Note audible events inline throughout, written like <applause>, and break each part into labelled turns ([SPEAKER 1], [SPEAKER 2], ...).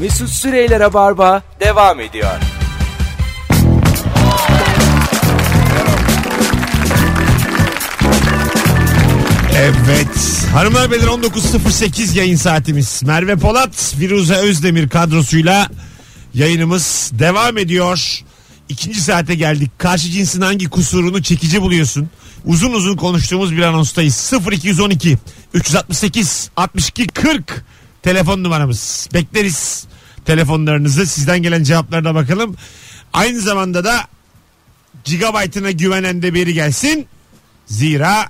[SPEAKER 1] Mesut Süreyler'e barba devam ediyor.
[SPEAKER 2] Evet. Hanımlar beyler 19.08 yayın saatimiz. Merve Polat, Firuze Özdemir kadrosuyla yayınımız devam ediyor. İkinci saate geldik. Karşı cinsin hangi kusurunu çekici buluyorsun? Uzun uzun konuştuğumuz bir anonstayız. 0212 368 62 40 telefon numaramız. Bekleriz telefonlarınızı. Sizden gelen cevaplarına bakalım. Aynı zamanda da gigabaytına güvenen de biri gelsin. Zira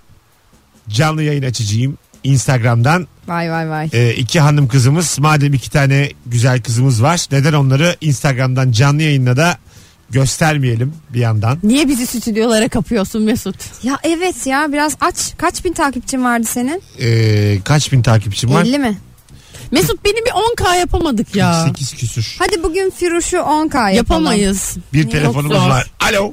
[SPEAKER 2] canlı yayın açacağım Instagram'dan.
[SPEAKER 3] Vay vay vay.
[SPEAKER 2] Ee, iki hanım kızımız madem iki tane güzel kızımız var neden onları Instagram'dan canlı yayınla da göstermeyelim bir yandan.
[SPEAKER 3] Niye bizi stüdyolara kapıyorsun Mesut?
[SPEAKER 4] Ya evet ya biraz aç. Kaç bin takipçin vardı senin?
[SPEAKER 2] Ee, kaç bin takipçim var?
[SPEAKER 4] 50 mi?
[SPEAKER 3] Mesut beni bir 10K yapamadık ya.
[SPEAKER 2] 8 küsür.
[SPEAKER 4] Hadi bugün Firuş'u 10K yapalım.
[SPEAKER 3] Yapamayız.
[SPEAKER 2] Bir
[SPEAKER 3] Çok
[SPEAKER 2] telefonumuz
[SPEAKER 3] zor.
[SPEAKER 2] var. Alo.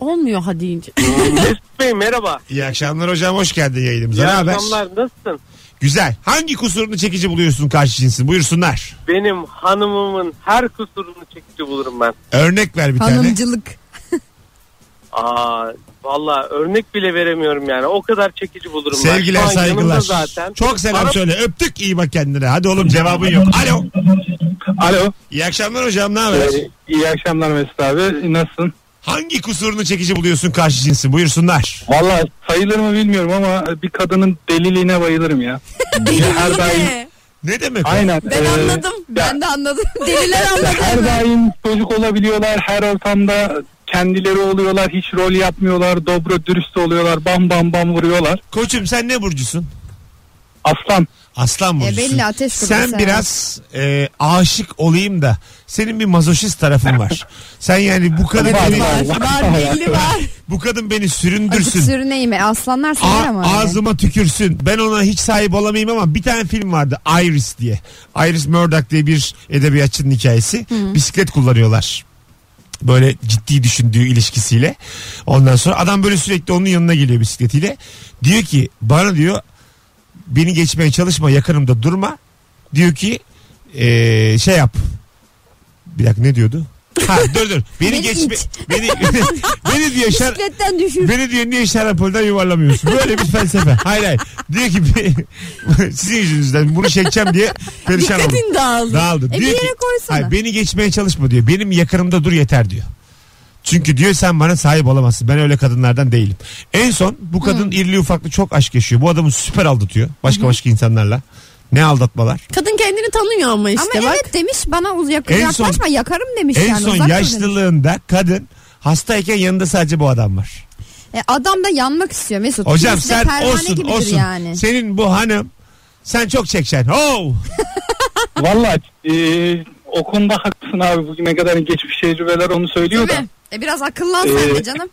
[SPEAKER 3] Olmuyor hadi ince.
[SPEAKER 5] Mesut Bey merhaba.
[SPEAKER 2] İyi akşamlar hocam hoş geldin yayınımıza.
[SPEAKER 5] İyi
[SPEAKER 2] Ne haber?
[SPEAKER 5] akşamlar nasılsın?
[SPEAKER 2] Güzel. Hangi kusurunu çekici buluyorsun karşı cinsin? Buyursunlar.
[SPEAKER 5] Benim hanımımın her kusurunu çekici bulurum ben.
[SPEAKER 2] Örnek ver bir tane.
[SPEAKER 4] Hanımcılık.
[SPEAKER 5] Aa valla örnek bile veremiyorum yani. O kadar çekici bulurum ben.
[SPEAKER 2] Sevgiler
[SPEAKER 5] Şu an
[SPEAKER 2] saygılar.
[SPEAKER 5] yanımda Zaten.
[SPEAKER 2] Çok selam
[SPEAKER 5] Bana-
[SPEAKER 2] söyle. Öptük iyi bak kendine. Hadi oğlum cevabın yok. Alo.
[SPEAKER 6] Alo.
[SPEAKER 2] İyi akşamlar hocam ne haber?
[SPEAKER 6] Ee, iyi akşamlar Mesut abi. Nasılsın?
[SPEAKER 2] Hangi kusurunu çekici buluyorsun karşı cinsi? Buyursunlar.
[SPEAKER 6] Valla sayılır mı bilmiyorum ama bir kadının deliliğine
[SPEAKER 3] <laughs>
[SPEAKER 6] bayılırım ya. Ya her daim,
[SPEAKER 2] Ne demek o?
[SPEAKER 6] aynen.
[SPEAKER 3] Ben
[SPEAKER 6] Ee,
[SPEAKER 3] anladım. Ben de anladım. Deliler
[SPEAKER 6] Her
[SPEAKER 3] anladı.
[SPEAKER 6] daim çocuk olabiliyorlar. Her ortamda kendileri oluyorlar. Hiç rol yapmıyorlar. Dobro dürüst oluyorlar. Bam bam bam vuruyorlar.
[SPEAKER 2] Koçum sen ne burcusun?
[SPEAKER 6] Aslan.
[SPEAKER 2] Aslan burcusun.
[SPEAKER 4] E, belli, ateş grubu
[SPEAKER 2] Sen
[SPEAKER 4] sen.
[SPEAKER 2] biraz e, aşık olayım da senin bir mazoşist tarafın var. sen yani bu kadın beni,
[SPEAKER 3] var, var
[SPEAKER 6] <laughs>
[SPEAKER 3] belli var.
[SPEAKER 2] bu kadın beni
[SPEAKER 4] Acık
[SPEAKER 2] süründürsün.
[SPEAKER 4] sürüneyim. E, Aslanlar
[SPEAKER 2] A-
[SPEAKER 4] sever ama. öyle.
[SPEAKER 2] ağzıma tükürsün. Ben ona hiç sahip olamayayım ama bir tane film vardı Iris diye. Iris Murdoch diye bir edebiyatçının hikayesi. Bisiklet kullanıyorlar. Böyle ciddi düşündüğü ilişkisiyle. Ondan sonra adam böyle sürekli onun yanına geliyor bisikletiyle. Diyor ki bana diyor beni geçmeye çalışma yakınımda durma. Diyor ki eee, şey yap. Bir dakika ne diyordu? Ha dur dur.
[SPEAKER 4] <laughs>
[SPEAKER 2] Beni,
[SPEAKER 4] Beni
[SPEAKER 2] geçme
[SPEAKER 4] iç.
[SPEAKER 2] beni <laughs> beni diyor şar, <laughs>
[SPEAKER 4] Bisikletten düşür.
[SPEAKER 2] Beni diyor niye şarampolden yuvarlamıyorsun? Böyle bir felsefe. Hayır hayır. Diyor ki <laughs> sizin yüzünüzden bunu çekeceğim diye perişan oldum.
[SPEAKER 3] Dikkatin dağıldı.
[SPEAKER 2] Dağıldı.
[SPEAKER 4] E, bir
[SPEAKER 2] diyor
[SPEAKER 4] yere
[SPEAKER 2] ki,
[SPEAKER 4] koysana.
[SPEAKER 2] hayır, beni geçmeye çalışma diyor. Benim yakınımda dur yeter diyor. Çünkü diyor sen bana sahip olamazsın. Ben öyle kadınlardan değilim. En son bu kadın irli ufaklı çok aşk yaşıyor. Bu adamı süper aldatıyor. Başka başka insanlarla. Ne aldatmalar.
[SPEAKER 3] Kadın kendini tanıyor ama işte
[SPEAKER 4] ama
[SPEAKER 3] bak.
[SPEAKER 4] evet demiş bana uz yak-
[SPEAKER 2] En son-
[SPEAKER 4] yaklaşma yakarım demiş
[SPEAKER 2] En
[SPEAKER 4] yani.
[SPEAKER 2] son
[SPEAKER 4] uzak dur demiş.
[SPEAKER 2] yaşlılığında kadın hastayken yanında sadece bu adam var.
[SPEAKER 4] E, adam da yanmak istiyor Mesut.
[SPEAKER 2] Hocam
[SPEAKER 4] Kimisi de
[SPEAKER 2] sen
[SPEAKER 4] pervane
[SPEAKER 2] olsun
[SPEAKER 4] gibidir
[SPEAKER 2] olsun.
[SPEAKER 4] Yani.
[SPEAKER 2] Senin bu hanım sen çok çekeceksin. Oh!
[SPEAKER 6] Valla e, o konuda haklısın abi. Bugüne kadar geçmiş tecrübeler onu söylüyor da.
[SPEAKER 4] Değil mi? E, biraz akıllan sen de
[SPEAKER 6] Ee,
[SPEAKER 4] canım.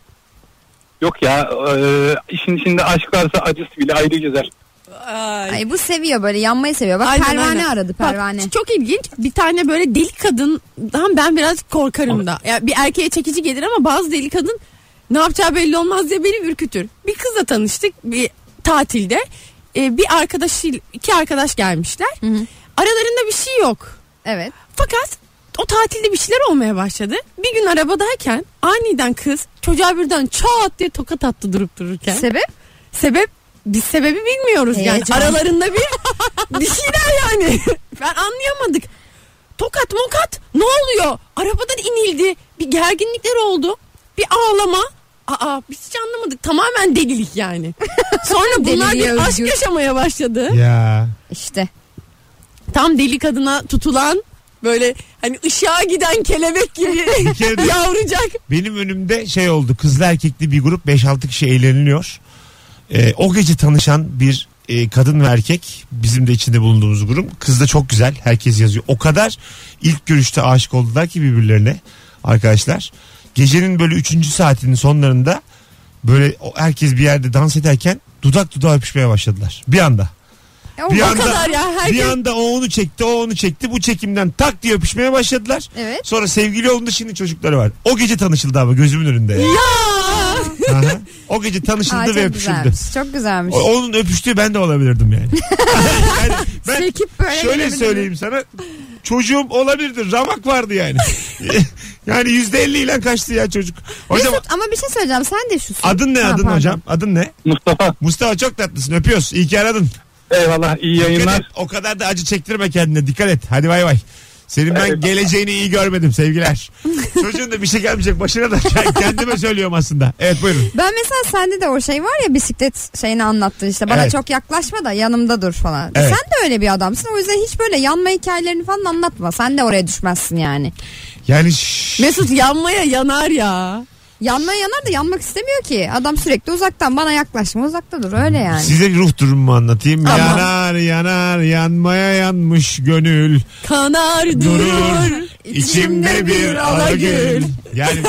[SPEAKER 6] Yok ya e, işin içinde aşk varsa acısı bile ayrı güzel.
[SPEAKER 3] Ay.
[SPEAKER 4] Ay, bu seviyor böyle yanmayı seviyor. Bak
[SPEAKER 3] Aynen,
[SPEAKER 4] pervane
[SPEAKER 3] aynen.
[SPEAKER 4] aradı
[SPEAKER 3] Bak,
[SPEAKER 4] pervane.
[SPEAKER 3] çok ilginç. Bir tane böyle deli kadından ben biraz korkarım da. Ya bir erkeğe çekici gelir ama bazı deli kadın ne yapacağı belli olmaz diye beni ürkütür. Bir kızla tanıştık bir tatilde. Ee, bir arkadaşı iki arkadaş gelmişler. Aralarında bir şey yok.
[SPEAKER 4] Evet.
[SPEAKER 3] Fakat o tatilde bir şeyler olmaya başladı. Bir gün arabadayken aniden kız çocuğa birden çat diye tokat attı durup dururken.
[SPEAKER 4] Sebep?
[SPEAKER 3] Sebep biz sebebi bilmiyoruz yani.
[SPEAKER 4] Heyecan.
[SPEAKER 3] Aralarında bir <laughs> bir şeyler yani. <laughs> Ben anlayamadık. Tokat mokat ne oluyor? Arabadan inildi. Bir gerginlikler oldu. Bir ağlama. Aa biz hiç anlamadık. Tamamen delilik
[SPEAKER 4] <laughs>
[SPEAKER 3] yani. Sonra bunlar
[SPEAKER 4] Deliliğe
[SPEAKER 3] bir aşk
[SPEAKER 4] özgür.
[SPEAKER 3] yaşamaya başladı.
[SPEAKER 2] ya.
[SPEAKER 4] İşte.
[SPEAKER 3] Tam deli kadına tutulan böyle hani ışığa giden
[SPEAKER 4] <laughs>
[SPEAKER 3] kelebek gibi
[SPEAKER 2] Bir kere de
[SPEAKER 3] yavrucak.
[SPEAKER 2] benim önümde şey oldu. Kızlı erkekli bir grup 5-6 kişi eğleniliyor. Ee, o gece tanışan bir e, kadın ve erkek bizim de içinde bulunduğumuz grup. Kız da çok güzel. Herkes yazıyor. O kadar ilk görüşte aşık oldular ki birbirlerine arkadaşlar. Gecenin böyle 3. saatinin sonlarında böyle o- herkes bir yerde dans ederken dudak dudağa öpüşmeye başladılar. Bir anda.
[SPEAKER 4] E, o
[SPEAKER 2] Bir
[SPEAKER 4] bak-
[SPEAKER 2] anda-
[SPEAKER 3] kadar ya, herkes-
[SPEAKER 2] Bir anda o onu çekti, o onu çekti. Bu çekimden tak diye öpüşmeye başladılar.
[SPEAKER 4] Evet.
[SPEAKER 2] Sonra sevgili olundu şimdi çocukları var. O gece tanışıldı ama gözümün önünde. Ya. Aha. O gece tanışıldı
[SPEAKER 4] Aa, çok
[SPEAKER 2] ve öpüşüldü.
[SPEAKER 4] güzelmiş. Çok güzelmiş.
[SPEAKER 2] O-
[SPEAKER 4] <laughs>
[SPEAKER 2] Onun öpüştüğü ben de olabilirdim yani. yani ben
[SPEAKER 4] Çekip Şey, böyle
[SPEAKER 2] şöyle
[SPEAKER 4] gelebilirim.
[SPEAKER 2] söyleyeyim sana. çocuğum olabilirdir. Ramak vardı
[SPEAKER 4] <laughs>
[SPEAKER 2] yani. yani yüzde ile kaçtı ya çocuk. Hocam
[SPEAKER 4] Mesut ama bir şey söyleyeceğim sen de şusun.
[SPEAKER 2] adın ne
[SPEAKER 4] Ha,
[SPEAKER 2] adın
[SPEAKER 4] pardon.
[SPEAKER 2] hocam? Adın ne?
[SPEAKER 6] Mustafa
[SPEAKER 2] Mustafa çok tatlısın öpüyoruz. İyi ki aradın.
[SPEAKER 6] eyvallah iyi
[SPEAKER 2] Dikkat et.
[SPEAKER 6] yayınlar.
[SPEAKER 2] O kadar da acı çektirme kendine. Dikkat et. Hadi bay bay. Senin ben
[SPEAKER 6] Evet.
[SPEAKER 2] geleceğini iyi görmedim sevgiler. Çocuğun da bir şey gelmeyecek başına da kendime söylüyorum aslında. Evet buyurun.
[SPEAKER 4] Ben mesela sende de o şey var ya bisiklet şeyini anlattın işte bana
[SPEAKER 2] Evet.
[SPEAKER 4] çok yaklaşma da yanımda dur falan.
[SPEAKER 2] Evet.
[SPEAKER 4] Sen de öyle bir adamsın o yüzden hiç böyle yanma hikayelerini falan anlatma. Sen de oraya düşmezsin yani.
[SPEAKER 2] Yani şşş.
[SPEAKER 3] Mesut yanmaya yanar ya.
[SPEAKER 4] Yanma yanar da yanmak istemiyor ki. Adam sürekli uzaktan bana yaklaşma uzakta dur öyle yani.
[SPEAKER 2] Size bir ruh durumumu anlatayım. Yanar yanar yanmaya yanmış gönül
[SPEAKER 3] Kanar durur.
[SPEAKER 2] durur içimde bir alagül.
[SPEAKER 3] alagül.
[SPEAKER 2] Yani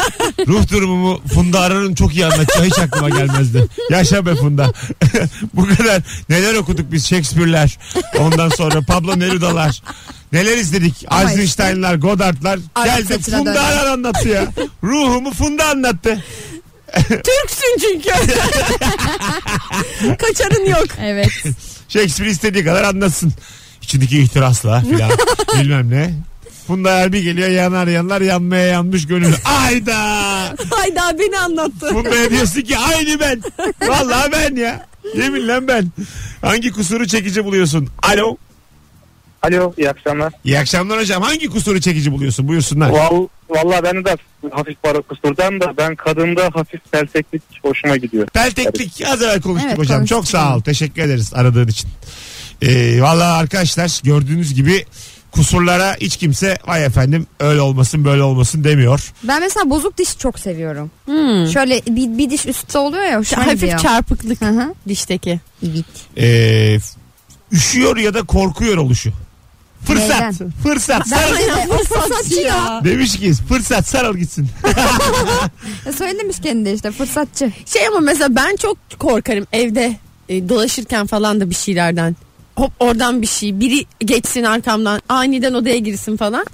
[SPEAKER 2] ruh durumumu Funda Arar'ın çok iyi anlatacağı hiç aklıma gelmezdi. Yaşa be Funda. <laughs> Bu kadar neler okuduk biz Shakespeare'ler ondan sonra Pablo Neruda'lar. Neler izledik?
[SPEAKER 4] Ama işte-
[SPEAKER 2] Eisenstein'lar, Godard'lar.
[SPEAKER 4] Arap
[SPEAKER 2] Geldi
[SPEAKER 4] saçına
[SPEAKER 2] Funda
[SPEAKER 4] döndü.
[SPEAKER 2] Arar anlattı ya. Ruhumu Funda anlattı.
[SPEAKER 3] Türksün çünkü. <laughs> Kaçarın yok.
[SPEAKER 4] Evet.
[SPEAKER 2] Shakespeare istediği kadar anlatsın. İçindeki ihtirasla
[SPEAKER 4] <laughs>
[SPEAKER 2] filan bilmem ne. Funda Arar bir geliyor yanar yanlar yanmaya yanmış gönül. Ayda!
[SPEAKER 3] Hayda beni anlattı.
[SPEAKER 2] Funda'ya diyorsun ki aynı ben. Vallahi ben ya. Yeminle ben. Hangi kusuru çekici buluyorsun? Alo.
[SPEAKER 5] Alo iyi akşamlar.
[SPEAKER 2] İyi akşamlar hocam. Hangi kusuru çekici buluyorsun? Buyursunlar.
[SPEAKER 5] Val, Valla ben de hafif para kusurdan da ben kadında hafif pelseklik hoşuma gidiyor.
[SPEAKER 2] Pelteklik az evvel konuştuk
[SPEAKER 4] Evet,
[SPEAKER 2] hocam.
[SPEAKER 4] konuştuk.
[SPEAKER 2] Çok sağ ol. Teşekkür ederiz aradığın için. Ee, Valla arkadaşlar gördüğünüz gibi kusurlara hiç kimse vay efendim öyle olmasın böyle olmasın demiyor.
[SPEAKER 4] Ben mesela bozuk dişi çok seviyorum. Şöyle bir, bir diş üstte oluyor ya hoşuma gidiyor.
[SPEAKER 3] Hafif çarpıklık
[SPEAKER 4] Hı hı.
[SPEAKER 3] dişteki.
[SPEAKER 2] Ee, üşüyor ya da korkuyor oluşu. Fırsat.
[SPEAKER 4] Neyden?
[SPEAKER 2] Fırsat.
[SPEAKER 4] Ben
[SPEAKER 2] Sarıl.
[SPEAKER 4] de o fırsatçı ya.
[SPEAKER 2] Demiş ki fırsat sarıl gitsin.
[SPEAKER 4] E, Söylemiş kendi
[SPEAKER 2] <laughs>
[SPEAKER 4] işte fırsatçı.
[SPEAKER 3] Şey ama mesela ben çok korkarım evde e, dolaşırken falan da bir şeylerden. Hop oradan bir şey biri geçsin arkamdan aniden odaya girsin falan.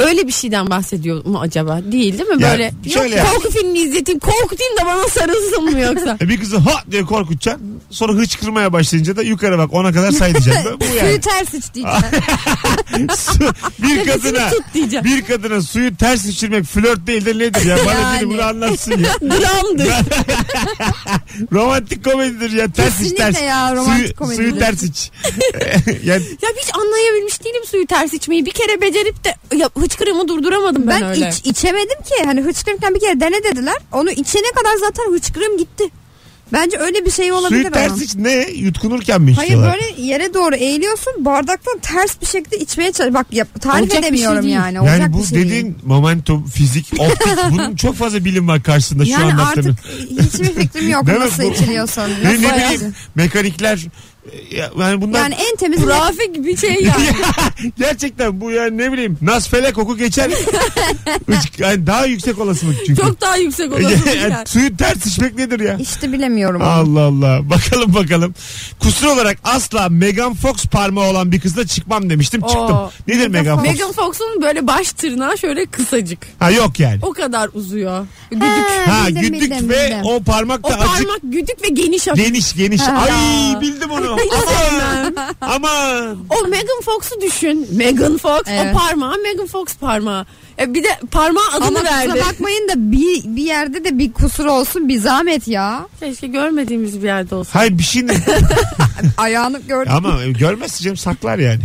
[SPEAKER 3] Öyle bir şeyden bahsediyor mu acaba? Değil değil mi?
[SPEAKER 2] Ya,
[SPEAKER 3] Böyle
[SPEAKER 2] şöyle
[SPEAKER 3] yok,
[SPEAKER 2] yap.
[SPEAKER 3] korku filmi izleteyim korkutayım da bana sarılsın
[SPEAKER 2] <laughs>
[SPEAKER 3] mı yoksa?
[SPEAKER 2] E bir kızı ha diye korkutacaksın. Sonra hıçkırmaya başlayınca da yukarı bak ona kadar say
[SPEAKER 4] <laughs>
[SPEAKER 2] diyeceksin. Bu
[SPEAKER 4] Suyu
[SPEAKER 2] yani. <laughs> Ah.
[SPEAKER 4] ters iç diyeceğim.
[SPEAKER 2] Su- bir
[SPEAKER 3] Nefesini
[SPEAKER 2] kadına
[SPEAKER 3] tut diyeceğim.
[SPEAKER 2] bir kadına suyu ters içirmek flört değil de nedir ya? Bana biri bunu anlatsın
[SPEAKER 4] <laughs>
[SPEAKER 2] ya.
[SPEAKER 3] Dramdır.
[SPEAKER 2] Romantik komedidir ya. Ters iç
[SPEAKER 4] Kesinlikle
[SPEAKER 2] ters.
[SPEAKER 4] ya romantik
[SPEAKER 2] suyu,
[SPEAKER 4] komedi.
[SPEAKER 2] suyu ters iç. <laughs> yani
[SPEAKER 3] Ya hiç anlayabilmiş değilim suyu ters içmeyi. Bir kere becerip de ya, hıçkırığımı durduramadım ben,
[SPEAKER 4] Ben
[SPEAKER 3] öyle.
[SPEAKER 4] iç, içemedim ki. Hani hıçkırırken bir kere dene dediler. Onu içene kadar zaten hıçkırığım gitti. Bence öyle bir şey olabilir
[SPEAKER 2] suyu
[SPEAKER 4] ama.
[SPEAKER 2] ters iç ne? Yutkunurken mi
[SPEAKER 4] Hayır
[SPEAKER 2] içiyorlar?
[SPEAKER 4] böyle yere doğru eğiliyorsun bardaktan ters bir şekilde içmeye çalış. Bak yap, tarif
[SPEAKER 3] Olacak bir şey
[SPEAKER 4] edemiyorum
[SPEAKER 3] değil.
[SPEAKER 4] yani. Olacak
[SPEAKER 2] yani bu
[SPEAKER 4] bir şey
[SPEAKER 2] dediğin
[SPEAKER 4] değil.
[SPEAKER 2] momentum, fizik,
[SPEAKER 4] <laughs>
[SPEAKER 2] optik bunun çok fazla bilim var karşısında şu
[SPEAKER 4] Yani
[SPEAKER 2] an
[SPEAKER 4] artık <laughs> hiçbir fikrim yok
[SPEAKER 2] Değil mi?
[SPEAKER 4] nasıl
[SPEAKER 2] Bu-
[SPEAKER 4] içiliyorsun.
[SPEAKER 2] Ne,
[SPEAKER 4] Nasıl
[SPEAKER 2] ne
[SPEAKER 4] yani?
[SPEAKER 2] bileyim mekanikler e, ya- yani bunlar
[SPEAKER 4] Yani en temiz
[SPEAKER 3] Trafik bir şey ya.
[SPEAKER 2] <laughs> Gerçekten bu yani ne bileyim nasfele koku geçer. Hiç- yani daha yüksek olasılık çünkü. <laughs>
[SPEAKER 3] Çok daha yüksek olasılık
[SPEAKER 2] Yani
[SPEAKER 3] yani.
[SPEAKER 2] Suyu ters içmek nedir ya?
[SPEAKER 4] işte bilemiyorum. onu.
[SPEAKER 2] Allah Allah. Bakalım bakalım. Kusur olarak asla Megan Fox parmağı olan bir kızla çıkmam demiştim. Çıktım.
[SPEAKER 3] Oo.
[SPEAKER 2] Nedir Megan Fox?
[SPEAKER 3] Megan Fox'un böyle baş tırnağı şöyle kısacık.
[SPEAKER 2] Ha yok yani.
[SPEAKER 3] O kadar uzuyor. Güdük.
[SPEAKER 2] ha
[SPEAKER 4] bildim,
[SPEAKER 2] güdük
[SPEAKER 4] bildim,
[SPEAKER 2] ve
[SPEAKER 4] bildim.
[SPEAKER 2] o parmak da
[SPEAKER 3] o
[SPEAKER 2] azıcık
[SPEAKER 3] parmak güdük ve geniş hafif.
[SPEAKER 2] geniş geniş.
[SPEAKER 4] Ha.
[SPEAKER 2] Ay bildim onu. aman. aman.
[SPEAKER 3] O Megan Fox'u düşün. Megan Fox
[SPEAKER 4] Evet.
[SPEAKER 3] o parmağı Megan Fox parmağı. E bir de parmağa adını
[SPEAKER 4] Ama kusura
[SPEAKER 3] verdi.
[SPEAKER 4] bakmayın da bir, bir yerde de bir kusur olsun bir zahmet ya.
[SPEAKER 3] Keşke görmediğimiz bir yerde olsa.
[SPEAKER 2] Hayır bir şey ne?
[SPEAKER 4] Ayağını gördüm.
[SPEAKER 2] Ama görmezse canım saklar yani.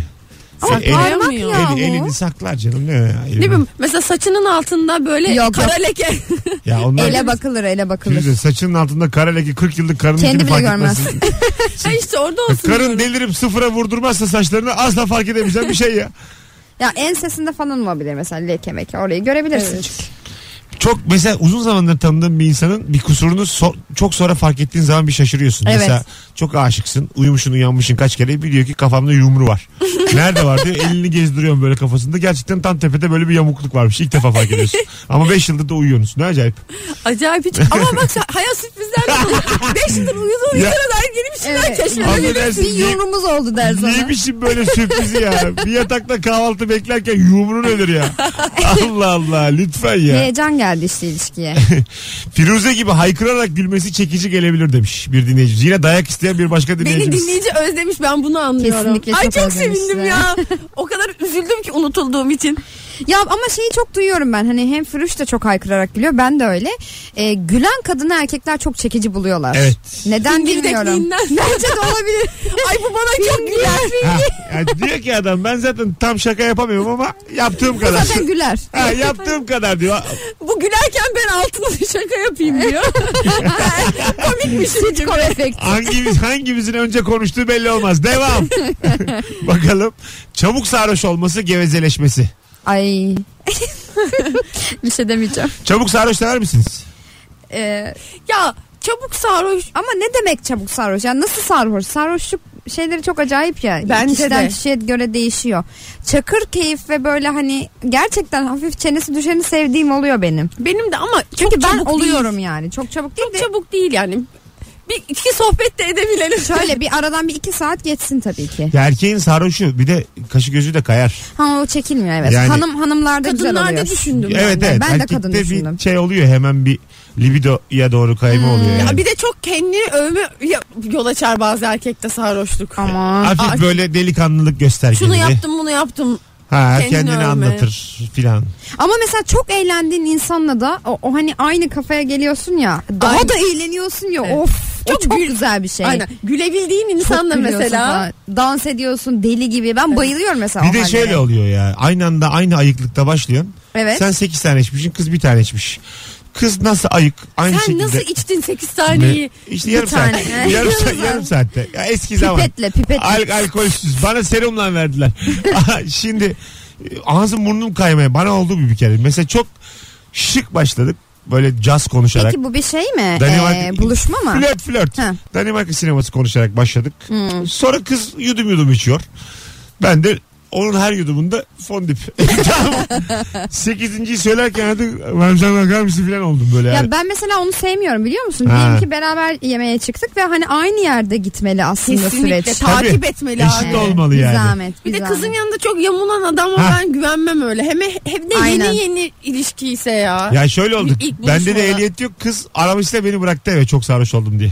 [SPEAKER 3] Ama
[SPEAKER 2] Eli-
[SPEAKER 3] parmak
[SPEAKER 4] eli-
[SPEAKER 3] ya.
[SPEAKER 4] Bravo.
[SPEAKER 2] Eli, elini saklar canım ne ya? elini.
[SPEAKER 3] Ne bileyim mesela saçının altında böyle
[SPEAKER 4] Yok, yok.
[SPEAKER 3] kara leke. <laughs>
[SPEAKER 2] Ya onlar
[SPEAKER 4] Ele bakılır ele bakılır.
[SPEAKER 2] Firuze, saçının altında kara leke 40 yıllık karının
[SPEAKER 4] Kendi
[SPEAKER 2] gibi
[SPEAKER 4] bile
[SPEAKER 2] fark
[SPEAKER 4] görmez.
[SPEAKER 2] etmezsin.
[SPEAKER 4] <laughs>
[SPEAKER 3] Ha işte orada olsun.
[SPEAKER 2] Karın delirip sıfıra vurdurmazsa saçlarını asla fark edemeyeceğim bir şey ya.
[SPEAKER 4] Ya ensesinde falan olabilir mesela leke meke orayı görebilirsin çünkü.
[SPEAKER 2] Çok mesela uzun zamandır tanıdığım bir insanın bir kusurunu so- çok sonra fark ettiğin zaman bir şaşırıyorsun.
[SPEAKER 4] Evet.
[SPEAKER 2] Mesela çok aşıksın uyumuşsun uyanmışsın kaç kere biliyor ki kafamda yumru
[SPEAKER 4] <laughs>
[SPEAKER 2] var. Nerede var diyor elini gezdiriyorum böyle kafasında gerçekten tam tepede böyle bir yamukluk varmış ilk defa fark ediyorsun. Ama 5 yıldır da uyuyorsunuz ne acayip.
[SPEAKER 3] Acayip hiç. Ama bak sen- hayat sürprizler
[SPEAKER 4] <laughs>
[SPEAKER 3] yüzden 5 yıldır uyuduğum
[SPEAKER 2] Ya.
[SPEAKER 3] insana dair yeni bir şeyler
[SPEAKER 4] Evet.
[SPEAKER 3] keşfediyorum.
[SPEAKER 2] Affedersin,
[SPEAKER 4] Bir
[SPEAKER 2] niye-
[SPEAKER 4] yorumumuz oldu der sana.
[SPEAKER 2] Niye biçim böyle sürprizi ya? bir yatakta kahvaltı beklerken yumruğun ölür
[SPEAKER 4] <laughs>
[SPEAKER 2] ya. Allah Allah lütfen ya.
[SPEAKER 4] Heyecan geldi işte ilişkiye.
[SPEAKER 2] <laughs> Firuze gibi haykırarak gülmesi çekici gelebilir demiş bir dinleyicimiz. Yine dayak isteyen bir başka
[SPEAKER 3] Beni
[SPEAKER 2] dinleyicimiz.
[SPEAKER 3] dinleyici özlemiş ben bunu anlıyorum.
[SPEAKER 4] Kesinlikle
[SPEAKER 3] Ay
[SPEAKER 4] çok
[SPEAKER 3] çok
[SPEAKER 4] özlemiş
[SPEAKER 3] sevindim
[SPEAKER 4] size.
[SPEAKER 3] ya. O kadar üzüldüm ki unutulduğum için.
[SPEAKER 4] Ya ama şeyi çok duyuyorum ben. Hani hem Firuş da çok haykırarak gülüyor. Ben de öyle. Ee, gülen kadını erkekler çok çekici buluyorlar.
[SPEAKER 2] Evet.
[SPEAKER 4] Neden bilmiyorum.
[SPEAKER 3] Dingirdekliğinden.
[SPEAKER 4] <laughs>
[SPEAKER 3] Bence de olabilir. Ay bu bana çok güler.
[SPEAKER 2] Ha, ya diyor ki adam ben zaten tam şaka yapamıyorum ama
[SPEAKER 4] <laughs>
[SPEAKER 2] yaptığım kadar.
[SPEAKER 4] Zaten güler.
[SPEAKER 2] Ha, yaptığım kadar diyor.
[SPEAKER 3] Bu gülerken ben altına bir şaka yapayım diyor. Komikmişim şey gibi.
[SPEAKER 4] Sitcom efekt.
[SPEAKER 2] Hangimiz, hangimizin önce konuştuğu belli olmaz.
[SPEAKER 4] <laughs>
[SPEAKER 2] Devam. Bakalım. Çabuk sarhoş olması gevezeleşmesi.
[SPEAKER 4] Ay. <laughs> bir şey demeyeceğim.
[SPEAKER 2] Çabuk sarhoş sever misiniz?
[SPEAKER 4] Ee,
[SPEAKER 3] Ya çabuk sarhoş.
[SPEAKER 4] ama ne demek çabuk sarhoş? Yani nasıl sarhoş? Sarhoşluk şeyleri çok acayip ya.
[SPEAKER 3] Bence
[SPEAKER 4] Kişiden
[SPEAKER 3] de.
[SPEAKER 4] kişiye göre değişiyor. Çakır keyif ve böyle hani gerçekten hafif çenesi düşeni sevdiğim oluyor benim.
[SPEAKER 3] Benim de ama çok
[SPEAKER 4] Çünkü ben
[SPEAKER 3] çabuk
[SPEAKER 4] oluyorum
[SPEAKER 3] Değil.
[SPEAKER 4] yani. Çok çabuk değil
[SPEAKER 3] Çok
[SPEAKER 4] de
[SPEAKER 3] çabuk değil yani. Bir iki sohbet de edebilelim.
[SPEAKER 4] şöyle bir aradan bir iki saat geçsin tabii ki.
[SPEAKER 2] Ya erkeğin sarhoşu bir de kaşı gözü de kayar.
[SPEAKER 4] Ha o çekilmiyor evet.
[SPEAKER 2] Yani-
[SPEAKER 4] Hanım hanımlarda güzel
[SPEAKER 3] Kadınlarda
[SPEAKER 4] oluyor.
[SPEAKER 3] düşündüm. ben.
[SPEAKER 2] Evet
[SPEAKER 4] ben-
[SPEAKER 2] evet.
[SPEAKER 4] ben de
[SPEAKER 2] Erkekte
[SPEAKER 4] kadın düşündüm.
[SPEAKER 2] bir şey oluyor hemen bir libidoya doğru kayma oluyor. Yani.
[SPEAKER 3] Hmm. Ya bir de çok kendini övme ya- yol açar bazı erkekte sarhoşluk.
[SPEAKER 4] Ama
[SPEAKER 2] Hafif
[SPEAKER 3] Aa,
[SPEAKER 2] böyle delikanlılık göstergesi.
[SPEAKER 3] Şunu yaptım bunu yaptım.
[SPEAKER 2] Ha,
[SPEAKER 3] kendini
[SPEAKER 2] kendini
[SPEAKER 3] övme.
[SPEAKER 2] anlatır filan.
[SPEAKER 4] ama mesela çok eğlendiğin insanla da o, o hani aynı kafaya geliyorsun ya. Daha
[SPEAKER 3] Aynı.
[SPEAKER 4] da eğleniyorsun ya.
[SPEAKER 3] Evet.
[SPEAKER 4] Of. Çok,
[SPEAKER 3] Çok
[SPEAKER 4] o çok
[SPEAKER 3] gül-
[SPEAKER 4] güzel bir şey.
[SPEAKER 3] Aynen. Gülebildiğin
[SPEAKER 4] Çok
[SPEAKER 3] insanla
[SPEAKER 4] gülüyorsun
[SPEAKER 3] mesela.
[SPEAKER 4] falan. dans ediyorsun deli gibi. Ben bayılıyorum mesela. o
[SPEAKER 2] Bir de
[SPEAKER 4] hallere.
[SPEAKER 2] şöyle oluyor ya. Aynı anda aynı ayıklıkta başlıyorsun.
[SPEAKER 4] Evet.
[SPEAKER 2] Sen 8 tane içmişsin kız bir tane içmiş. Kız nasıl ayık? Aynı
[SPEAKER 3] Sen
[SPEAKER 2] şekilde.
[SPEAKER 3] nasıl içtin 8
[SPEAKER 2] Ne?
[SPEAKER 3] taneyi?
[SPEAKER 2] İşte yarım
[SPEAKER 4] Bir tane.
[SPEAKER 2] saat.
[SPEAKER 3] <laughs>
[SPEAKER 2] yarım, saat, yarım saatte. Ya eski zaman.
[SPEAKER 4] Pipetle pipetle.
[SPEAKER 2] Al alkolsüz. Bana serumla
[SPEAKER 4] <laughs>
[SPEAKER 2] verdiler. Şimdi e, ağzım burnum kaymaya. Bana oldu bir, bir kere. Mesela çok şık başladık. Böyle caz konuşarak.
[SPEAKER 4] Peki bu bir şey mi?
[SPEAKER 2] Danimarka-
[SPEAKER 4] Ee, buluşma mı?
[SPEAKER 2] Flört flört.
[SPEAKER 4] Ha. Hmm.
[SPEAKER 2] Danimarka sineması konuşarak başladık. Sonra kız yudum yudum içiyor. Ben de onun her yudumunda
[SPEAKER 4] <laughs>
[SPEAKER 2] fondip. tamam. Sekizinciyi söylerken artık ben sana bakar mısın falan oldum böyle. yani.
[SPEAKER 4] Ya ben mesela onu sevmiyorum biliyor musun?
[SPEAKER 2] Ha.
[SPEAKER 4] Diyelim ki beraber yemeğe çıktık ve hani aynı yerde gitmeli aslında
[SPEAKER 3] Kesinlikle
[SPEAKER 4] süreç.
[SPEAKER 3] takip
[SPEAKER 2] Tabii.
[SPEAKER 3] etmeli
[SPEAKER 2] Eşit
[SPEAKER 3] abi.
[SPEAKER 2] ol- olmalı
[SPEAKER 4] bir
[SPEAKER 2] yani.
[SPEAKER 4] Zahmet,
[SPEAKER 3] Bir de
[SPEAKER 4] zahmet.
[SPEAKER 3] kızın yanında çok yamulan adama
[SPEAKER 2] Ha.
[SPEAKER 3] ben güvenmem öyle. Hem, hem de
[SPEAKER 4] Aynen.
[SPEAKER 3] yeni yeni ilişki ise ya.
[SPEAKER 2] Ya şöyle oldu.
[SPEAKER 3] İlk
[SPEAKER 2] Bende de
[SPEAKER 3] buluşmada.
[SPEAKER 2] ehliyet yok. Kız aramışta beni bıraktı eve çok sarhoş oldum diye.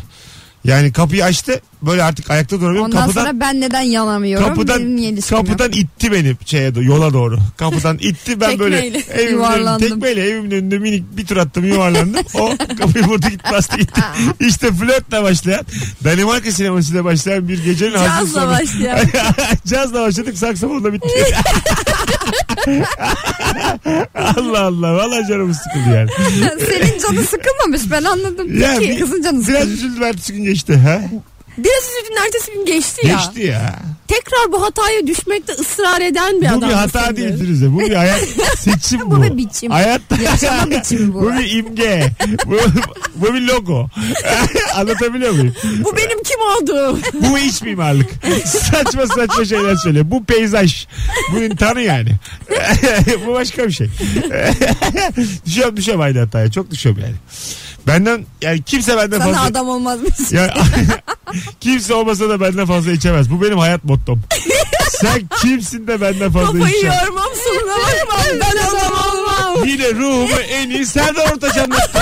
[SPEAKER 2] Yani kapıyı açtı. Böyle artık ayakta duramıyorum.
[SPEAKER 4] Ondan
[SPEAKER 2] kapıdan
[SPEAKER 4] sonra ben neden yanamıyorum? Benim niye
[SPEAKER 2] kapıdan
[SPEAKER 4] ilişkim yok?
[SPEAKER 2] kapıdan itti beni şeye do- yola doğru. Kapıdan itti ben böyle
[SPEAKER 3] Tekmeyle.
[SPEAKER 2] evimin önünde,
[SPEAKER 4] Yuvarlandım.
[SPEAKER 2] tekmeyle evimin önünde minik bir tur attım yuvarlandım.
[SPEAKER 4] <laughs>
[SPEAKER 2] o kapıyı vurdu gitti bastı gitti. işte flörtle başlayan Danimarka sinemasıyla başlayan bir gecenin hazır
[SPEAKER 3] Cazla
[SPEAKER 2] sonu.
[SPEAKER 3] başlıyor.
[SPEAKER 2] <laughs> Cazla başladık saksafonla
[SPEAKER 4] <laughs>
[SPEAKER 2] bitti. <laughs> Allah Allah valla canımız sıkıldı yani.
[SPEAKER 4] <laughs> Senin canı sıkılmamış ben anladım.
[SPEAKER 2] Ya
[SPEAKER 4] Peki
[SPEAKER 2] bir-
[SPEAKER 4] kızın canı
[SPEAKER 2] Biraz
[SPEAKER 4] sıkılmış.
[SPEAKER 2] üzüldüm ertesi gün geçti ha.
[SPEAKER 3] Biraz üzüldün ertesi gün geçti ya.
[SPEAKER 2] Geçti ya.
[SPEAKER 3] Tekrar bu hataya düşmekte ısrar eden bir adam.
[SPEAKER 2] bu bir hata
[SPEAKER 3] mısındır?
[SPEAKER 2] değil Firuze. Bu bir
[SPEAKER 4] <laughs>
[SPEAKER 2] hayat seçim bu.
[SPEAKER 4] Bu bir biçim.
[SPEAKER 2] Hayat <laughs>
[SPEAKER 4] Yaşama biçimi bu.
[SPEAKER 2] bu bir imge. bu, bu bir logo. <laughs> Anlatabiliyor muyum?
[SPEAKER 3] Bu benim kim olduğum.
[SPEAKER 2] Bu iç mimarlık. saçma saçma şeyler söylüyor. Bu peyzaj. Bu tanı yani. <laughs> bu başka bir şey. <laughs> düşüyorum düşüyorum aynı hataya. Çok düşüyorum yani. Benden yani kimse benden
[SPEAKER 4] Sana
[SPEAKER 2] fazla
[SPEAKER 4] adam <laughs> olmazmış.
[SPEAKER 2] ya, <laughs> kimse olmasa da benden fazla içemez. Bu benim hayat mottom. Sen kimsin de benden fazla
[SPEAKER 4] <laughs>
[SPEAKER 3] Kafayı
[SPEAKER 2] içemez.
[SPEAKER 3] yormam <laughs> sonuna bakmam. Ben adam olmam.
[SPEAKER 2] Yine ruhumu en iyi Serdar Ortaç anlattı.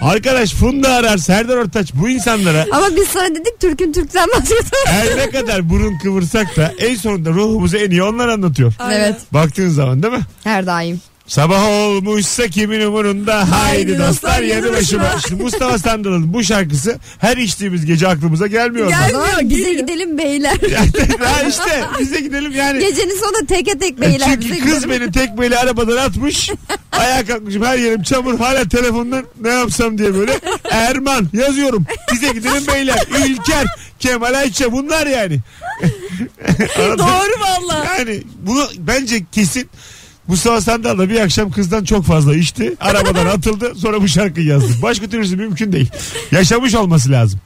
[SPEAKER 2] Arkadaş Funda Arar, Serdar Ortaç bu insanlara
[SPEAKER 4] Ama biz sana dedik Türk'ün Türk'ten bahsediyor.
[SPEAKER 2] her ne kadar burun kıvırsak da en sonunda ruhumuzu en iyi onlar anlatıyor.
[SPEAKER 4] evet
[SPEAKER 2] Baktığın zaman değil mi?
[SPEAKER 4] her daim.
[SPEAKER 2] Sabah olmuşsa kimin umurunda haydi
[SPEAKER 3] Haydi
[SPEAKER 2] dostlar
[SPEAKER 3] dostlar,
[SPEAKER 2] yanı
[SPEAKER 3] yanı
[SPEAKER 2] başıma.
[SPEAKER 3] başıma.
[SPEAKER 2] Şimdi Mustafa Sandal'ın bu şarkısı her içtiğimiz gece aklımıza gelmiyor.
[SPEAKER 3] Gel-
[SPEAKER 2] <laughs> Gel.
[SPEAKER 3] Gelmiyor,
[SPEAKER 4] Doğru, bize
[SPEAKER 3] geliyor.
[SPEAKER 2] <laughs>
[SPEAKER 4] gidelim beyler.
[SPEAKER 2] ha işte bize gidelim yani.
[SPEAKER 4] Gecenin sonunda teke tek beyler.
[SPEAKER 2] E,
[SPEAKER 4] bize
[SPEAKER 2] Çünkü kız
[SPEAKER 4] gidelim.
[SPEAKER 2] beni tekmeyle arabadan
[SPEAKER 4] <laughs>
[SPEAKER 2] atmış. ayağa kalkmışım her yerim çamur hala telefondan ne yapsam diye böyle. Erman yazıyorum. Bize gidelim beyler. İlker, Kemal Ayça bunlar yani. <laughs> Anladın?
[SPEAKER 3] Doğru valla.
[SPEAKER 2] Yani bunu bence kesin Mustafa Sandal da bir akşam kızdan çok fazla içti.
[SPEAKER 4] <laughs>
[SPEAKER 2] Arabadan atıldı. Sonra bu şarkıyı yazdı. Başka türlüsü mümkün değil. Yaşamış olması lazım.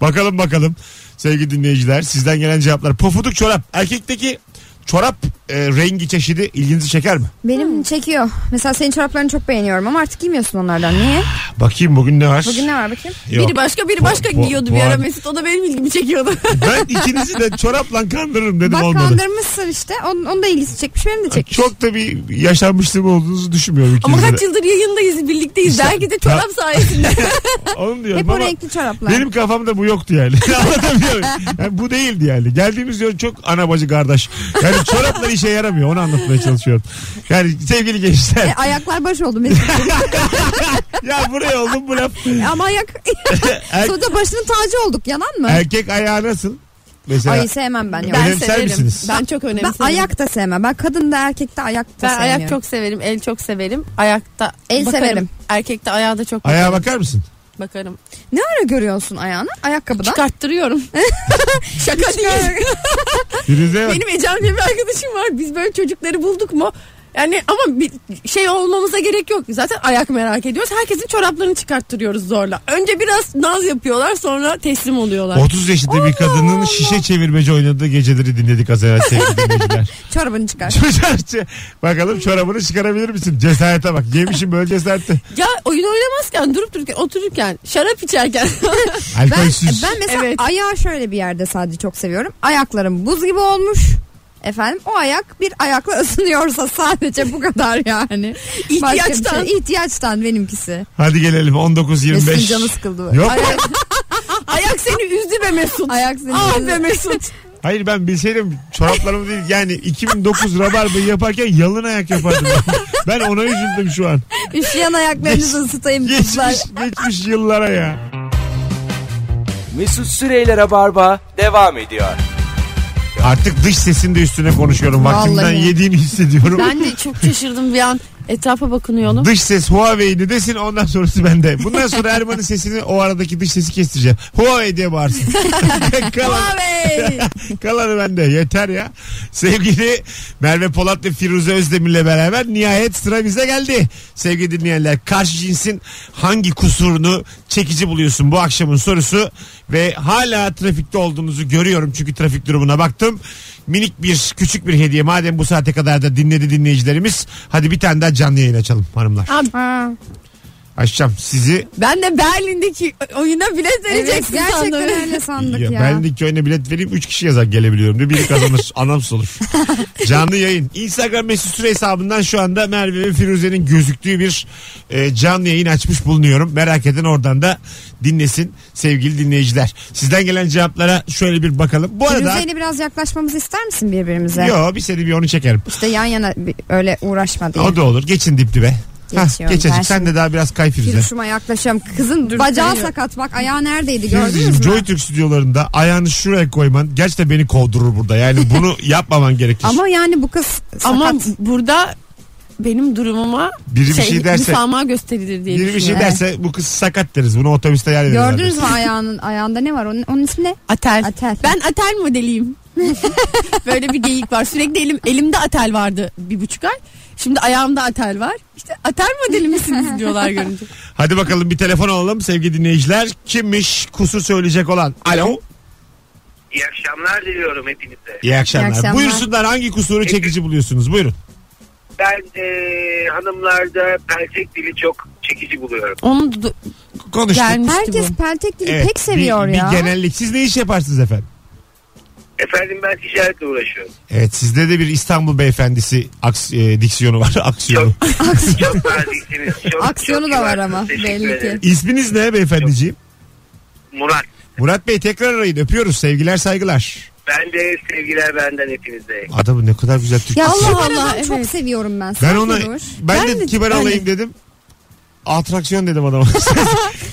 [SPEAKER 2] Bakalım bakalım. Sevgili dinleyiciler sizden gelen cevaplar. Pofuduk çorap. Erkekteki çorap e, e, rengi çeşidi ilginizi çeker mi?
[SPEAKER 4] Benim çekiyor. Mesela senin çoraplarını çok beğeniyorum ama artık giymiyorsun onlardan. Niye?
[SPEAKER 2] Bakayım bugün ne var?
[SPEAKER 4] Bugün ne var bakayım?
[SPEAKER 2] Yok.
[SPEAKER 3] Biri başka biri
[SPEAKER 2] Bu-
[SPEAKER 3] başka
[SPEAKER 2] bu-
[SPEAKER 3] giyiyordu
[SPEAKER 2] bu
[SPEAKER 3] bir ara
[SPEAKER 2] an-
[SPEAKER 3] Mesut. O da benim
[SPEAKER 2] <laughs>
[SPEAKER 3] ilgimi çekiyordu.
[SPEAKER 2] Ben ikinizi de çorapla kandırırım dedim
[SPEAKER 4] Bak
[SPEAKER 2] olmadı.
[SPEAKER 4] kandırmışsın işte. Onun, onun da ilgisi çekmiş benim de çekmiş.
[SPEAKER 2] Çok da bir yaşanmışlığım olduğunuzu düşünmüyorum
[SPEAKER 3] Ama
[SPEAKER 2] ikinizde.
[SPEAKER 3] kaç yıldır yayındayız birlikteyiz.
[SPEAKER 2] İşte-
[SPEAKER 3] Belki de çorap sayesinde.
[SPEAKER 2] Onu diyorum
[SPEAKER 4] Hep
[SPEAKER 2] ama
[SPEAKER 4] o renkli çoraplar.
[SPEAKER 2] benim kafamda bu yoktu yani. <laughs> Anlatabiliyor muyum? Yani bu değildi yani. Geldiğimiz yol çok ana bacı kardeş. Yani çoraplar işe yaramıyor onu anlatmaya çalışıyorum. Yani sevgili
[SPEAKER 4] E,
[SPEAKER 2] gençler
[SPEAKER 4] ayaklar baş oldu Mesut.
[SPEAKER 2] <laughs> ya buraya oldum bu laf.
[SPEAKER 4] ama ayak.
[SPEAKER 2] <laughs>
[SPEAKER 4] <laughs>
[SPEAKER 2] Er-
[SPEAKER 4] Sonra başının tacı olduk. Yalan mı?
[SPEAKER 2] erkek ayağı nasıl? Mesela
[SPEAKER 4] Ay sevmem ben. ya.
[SPEAKER 2] Ben- <laughs> Önemser misiniz?
[SPEAKER 3] Ben çok önemserim.
[SPEAKER 4] Ben ayak da sevmem. Ben kadın da erkek de ayak da
[SPEAKER 3] Ben
[SPEAKER 4] sevmiyorum.
[SPEAKER 3] ayak çok severim, el çok severim. Ayakta
[SPEAKER 4] El
[SPEAKER 3] bakarım.
[SPEAKER 4] severim.
[SPEAKER 3] Erkekte ayağa da çok
[SPEAKER 2] Ayağa
[SPEAKER 3] bakarım.
[SPEAKER 2] bakar mısın?
[SPEAKER 3] bakarım.
[SPEAKER 4] Ne ara görüyorsun ayağını? Ayakkabıdan.
[SPEAKER 3] Çıkarttırıyorum. Şaka değil.
[SPEAKER 2] Firuze bak.
[SPEAKER 3] <laughs> Benim Ecem diye bir arkadaşım var. Biz böyle çocukları bulduk mu? Yani ama bir şey olmamıza gerek yok. Zaten ayak merak ediyoruz. Herkesin çoraplarını çıkarttırıyoruz zorla. Önce biraz naz yapıyorlar sonra teslim oluyorlar.
[SPEAKER 2] 30 yaşında bir kadının şişe çevirmeci oynadığı geceleri dinledik az evvel
[SPEAKER 4] <laughs>
[SPEAKER 2] sevgili dinleyiciler.
[SPEAKER 4] Çorabını çıkar.
[SPEAKER 2] Çocuğa- Bakalım çorabını çıkarabilir misin? Cesarete bak. Yemişim böyle cesareti.
[SPEAKER 3] Ya oyun oynamazken durup dururken otururken şarap içerken <laughs>
[SPEAKER 4] Ben,
[SPEAKER 2] Alkolsüz.
[SPEAKER 4] ben mesela
[SPEAKER 3] Evet.
[SPEAKER 4] ayağı şöyle bir yerde sadece çok seviyorum. Ayaklarım buz gibi olmuş. Efendim o ayak bir ayakla <laughs> ısınıyorsa sadece bu kadar yani. Başka bir
[SPEAKER 3] İhtiyaçtan.
[SPEAKER 4] Şey, ihtiyaçtan benimkisi.
[SPEAKER 2] Hadi gelelim 19
[SPEAKER 4] Mesut'un
[SPEAKER 2] 25.
[SPEAKER 4] canı sıkıldı.
[SPEAKER 2] Yok.
[SPEAKER 3] ayak seni üzdü be Mesut.
[SPEAKER 4] Ayak seni
[SPEAKER 3] ah
[SPEAKER 4] üzdü.
[SPEAKER 3] be Mesut.
[SPEAKER 2] Hayır ben bilseydim çoraplarımı değil yani 2009 rabarbayı yaparken yalın ayak yapardım. <laughs> ben ona üzüldüm şu an.
[SPEAKER 4] Üşüyen ayaklarınızı
[SPEAKER 2] Geç-
[SPEAKER 4] ısıtayım kızlar.
[SPEAKER 2] Geçmiş, geçmiş yıllara ya.
[SPEAKER 1] Mesut Süreyler'e barba devam ediyor.
[SPEAKER 2] Artık dış sesin de üstüne konuşuyorum. Vaktimden
[SPEAKER 4] Vallahi.
[SPEAKER 2] yediğimi hissediyorum.
[SPEAKER 3] <laughs> Ben de çok şaşırdım bir an. Etrafa <laughs> bakınıyorum.
[SPEAKER 2] Dış ses Huawei'li desin ondan sonrası bende. Bundan sonra Erman'ın sesini o aradaki dış sesi kestireceğim. Huawei diye bağırsın. Kalan,
[SPEAKER 3] Abi.
[SPEAKER 2] kalanı bende yeter ya. Sevgili Merve Polat ve Firuze Özdemir'le beraber nihayet sıra bize geldi. Sevgili dinleyenler karşı cinsin hangi kusurunu çekici buluyorsun bu akşamın sorusu. Ve hala trafikte olduğunuzu görüyorum çünkü trafik durumuna baktım. Minik bir küçük bir hediye madem bu saate kadar da dinledi dinleyicilerimiz. Hadi bir tane daha canlı yayın açalım hanımlar.
[SPEAKER 4] Ha.
[SPEAKER 2] Açacağım sizi.
[SPEAKER 3] ben de Berlin'deki oyuna bilet
[SPEAKER 4] Evet
[SPEAKER 3] vereceksin
[SPEAKER 4] gerçekten
[SPEAKER 3] sandım.
[SPEAKER 4] öyle sandık ya.
[SPEAKER 2] Ya, ben de köyüne bilet vereyim 3 kişi yazar gelebiliyorum diye biri kazanır
[SPEAKER 4] <laughs>
[SPEAKER 2] anamsız olur. canlı yayın. Instagram mesut süre hesabından şu anda Merve ve Firuze'nin gözüktüğü bir e, canlı yayın açmış bulunuyorum. Merak eden oradan da dinlesin sevgili dinleyiciler. Sizden gelen cevaplara şöyle bir bakalım. Bu arada
[SPEAKER 4] Firuze'yle biraz yaklaşmamızı ister misin birbirimize?
[SPEAKER 2] Yo bir seni bir onu çekerim.
[SPEAKER 4] İşte yan yana bir- öyle uğraşma diye.
[SPEAKER 2] O da olur. Geçin dip dibe. Hah,
[SPEAKER 4] Geçiyorum ben
[SPEAKER 2] geçecek. Sen de daha biraz kay Firuze.
[SPEAKER 4] Firuşuma yaklaşıyorum. Kızın bacağı sakat bak ayağı neredeydi gördünüz
[SPEAKER 2] Firuzeciğim
[SPEAKER 4] mü?
[SPEAKER 2] Joy Türk stüdyolarında ayağını şuraya koyman gerçekten beni kovdurur burada. Yani
[SPEAKER 4] <laughs>
[SPEAKER 2] bunu yapmaman gerekir.
[SPEAKER 4] Ama yani bu kız sakat.
[SPEAKER 3] Ama burada benim durumuma
[SPEAKER 2] Biri bir şey derse-
[SPEAKER 3] müsamaha gösterilir diye
[SPEAKER 2] Biri bir şey
[SPEAKER 3] düşünüyorum.
[SPEAKER 2] derse bu kız sakat deriz. Bunu otobüste yer ederiz.
[SPEAKER 4] Gördünüz
[SPEAKER 2] <laughs>
[SPEAKER 4] mü ayağının ayağında ne var? Onun, onun ismi ne?
[SPEAKER 3] Atel.
[SPEAKER 4] Atel.
[SPEAKER 3] Ben atel <laughs> modeliyim. Böyle bir geyik var. Sürekli elim, elimde atel vardı bir buçuk ay. Şimdi ayağımda atel var. İşte atel modeli misiniz diyorlar görünce.
[SPEAKER 2] Hadi bakalım bir telefon alalım sevgili dinleyiciler. Kimmiş kusur söyleyecek olan? Alo.
[SPEAKER 7] İyi akşamlar diliyorum hepinize.
[SPEAKER 2] İyi akşamlar.
[SPEAKER 4] İyi akşamlar.
[SPEAKER 2] Buyursunlar hangi kusuru çekici buluyorsunuz? Buyurun.
[SPEAKER 7] Ben eee, hanımlarda peltek dili çok çekici buluyorum.
[SPEAKER 3] Onun du-
[SPEAKER 2] Konuştuk.
[SPEAKER 3] Gelmiş. Demişti
[SPEAKER 4] Herkes
[SPEAKER 3] bu.
[SPEAKER 4] peltek dili
[SPEAKER 2] Evet,
[SPEAKER 4] pek seviyor
[SPEAKER 2] bir,
[SPEAKER 4] ya. <laughs>
[SPEAKER 2] Bir genellik. Siz ne iş yaparsınız efendim?
[SPEAKER 7] Efendim ben ticaretle uğraşıyorum.
[SPEAKER 2] Evet sizde de bir İstanbul beyefendisi aks, e, diksiyonu var. <laughs> Aksiyonu.
[SPEAKER 7] Çok naziksiniz. Çok,
[SPEAKER 4] <laughs> Aksiyonu
[SPEAKER 7] çok
[SPEAKER 4] da var
[SPEAKER 7] kibarsınız.
[SPEAKER 4] ama
[SPEAKER 7] Teşekkür
[SPEAKER 4] belli ki.
[SPEAKER 7] ederim.
[SPEAKER 2] İsminiz ne beyefendiciğim?
[SPEAKER 7] Murat
[SPEAKER 2] Murat Bey tekrar arayın. Öpüyoruz. Sevgiler saygılar.
[SPEAKER 7] ben de sevgiler benden hepinize.
[SPEAKER 2] Adamı ne kadar güzel Türkçe.
[SPEAKER 4] Ya Allah
[SPEAKER 3] Kibar
[SPEAKER 4] Allah
[SPEAKER 3] adam,
[SPEAKER 4] çok
[SPEAKER 3] evet.
[SPEAKER 4] seviyorum ben.
[SPEAKER 2] Ben
[SPEAKER 4] Sen
[SPEAKER 2] ona
[SPEAKER 4] Firuş.
[SPEAKER 2] ben,
[SPEAKER 3] Ben
[SPEAKER 2] de
[SPEAKER 3] de-
[SPEAKER 2] kibar
[SPEAKER 3] ben de.
[SPEAKER 2] olayım dedim. Atraksiyon dedim
[SPEAKER 3] <laughs>
[SPEAKER 2] adama.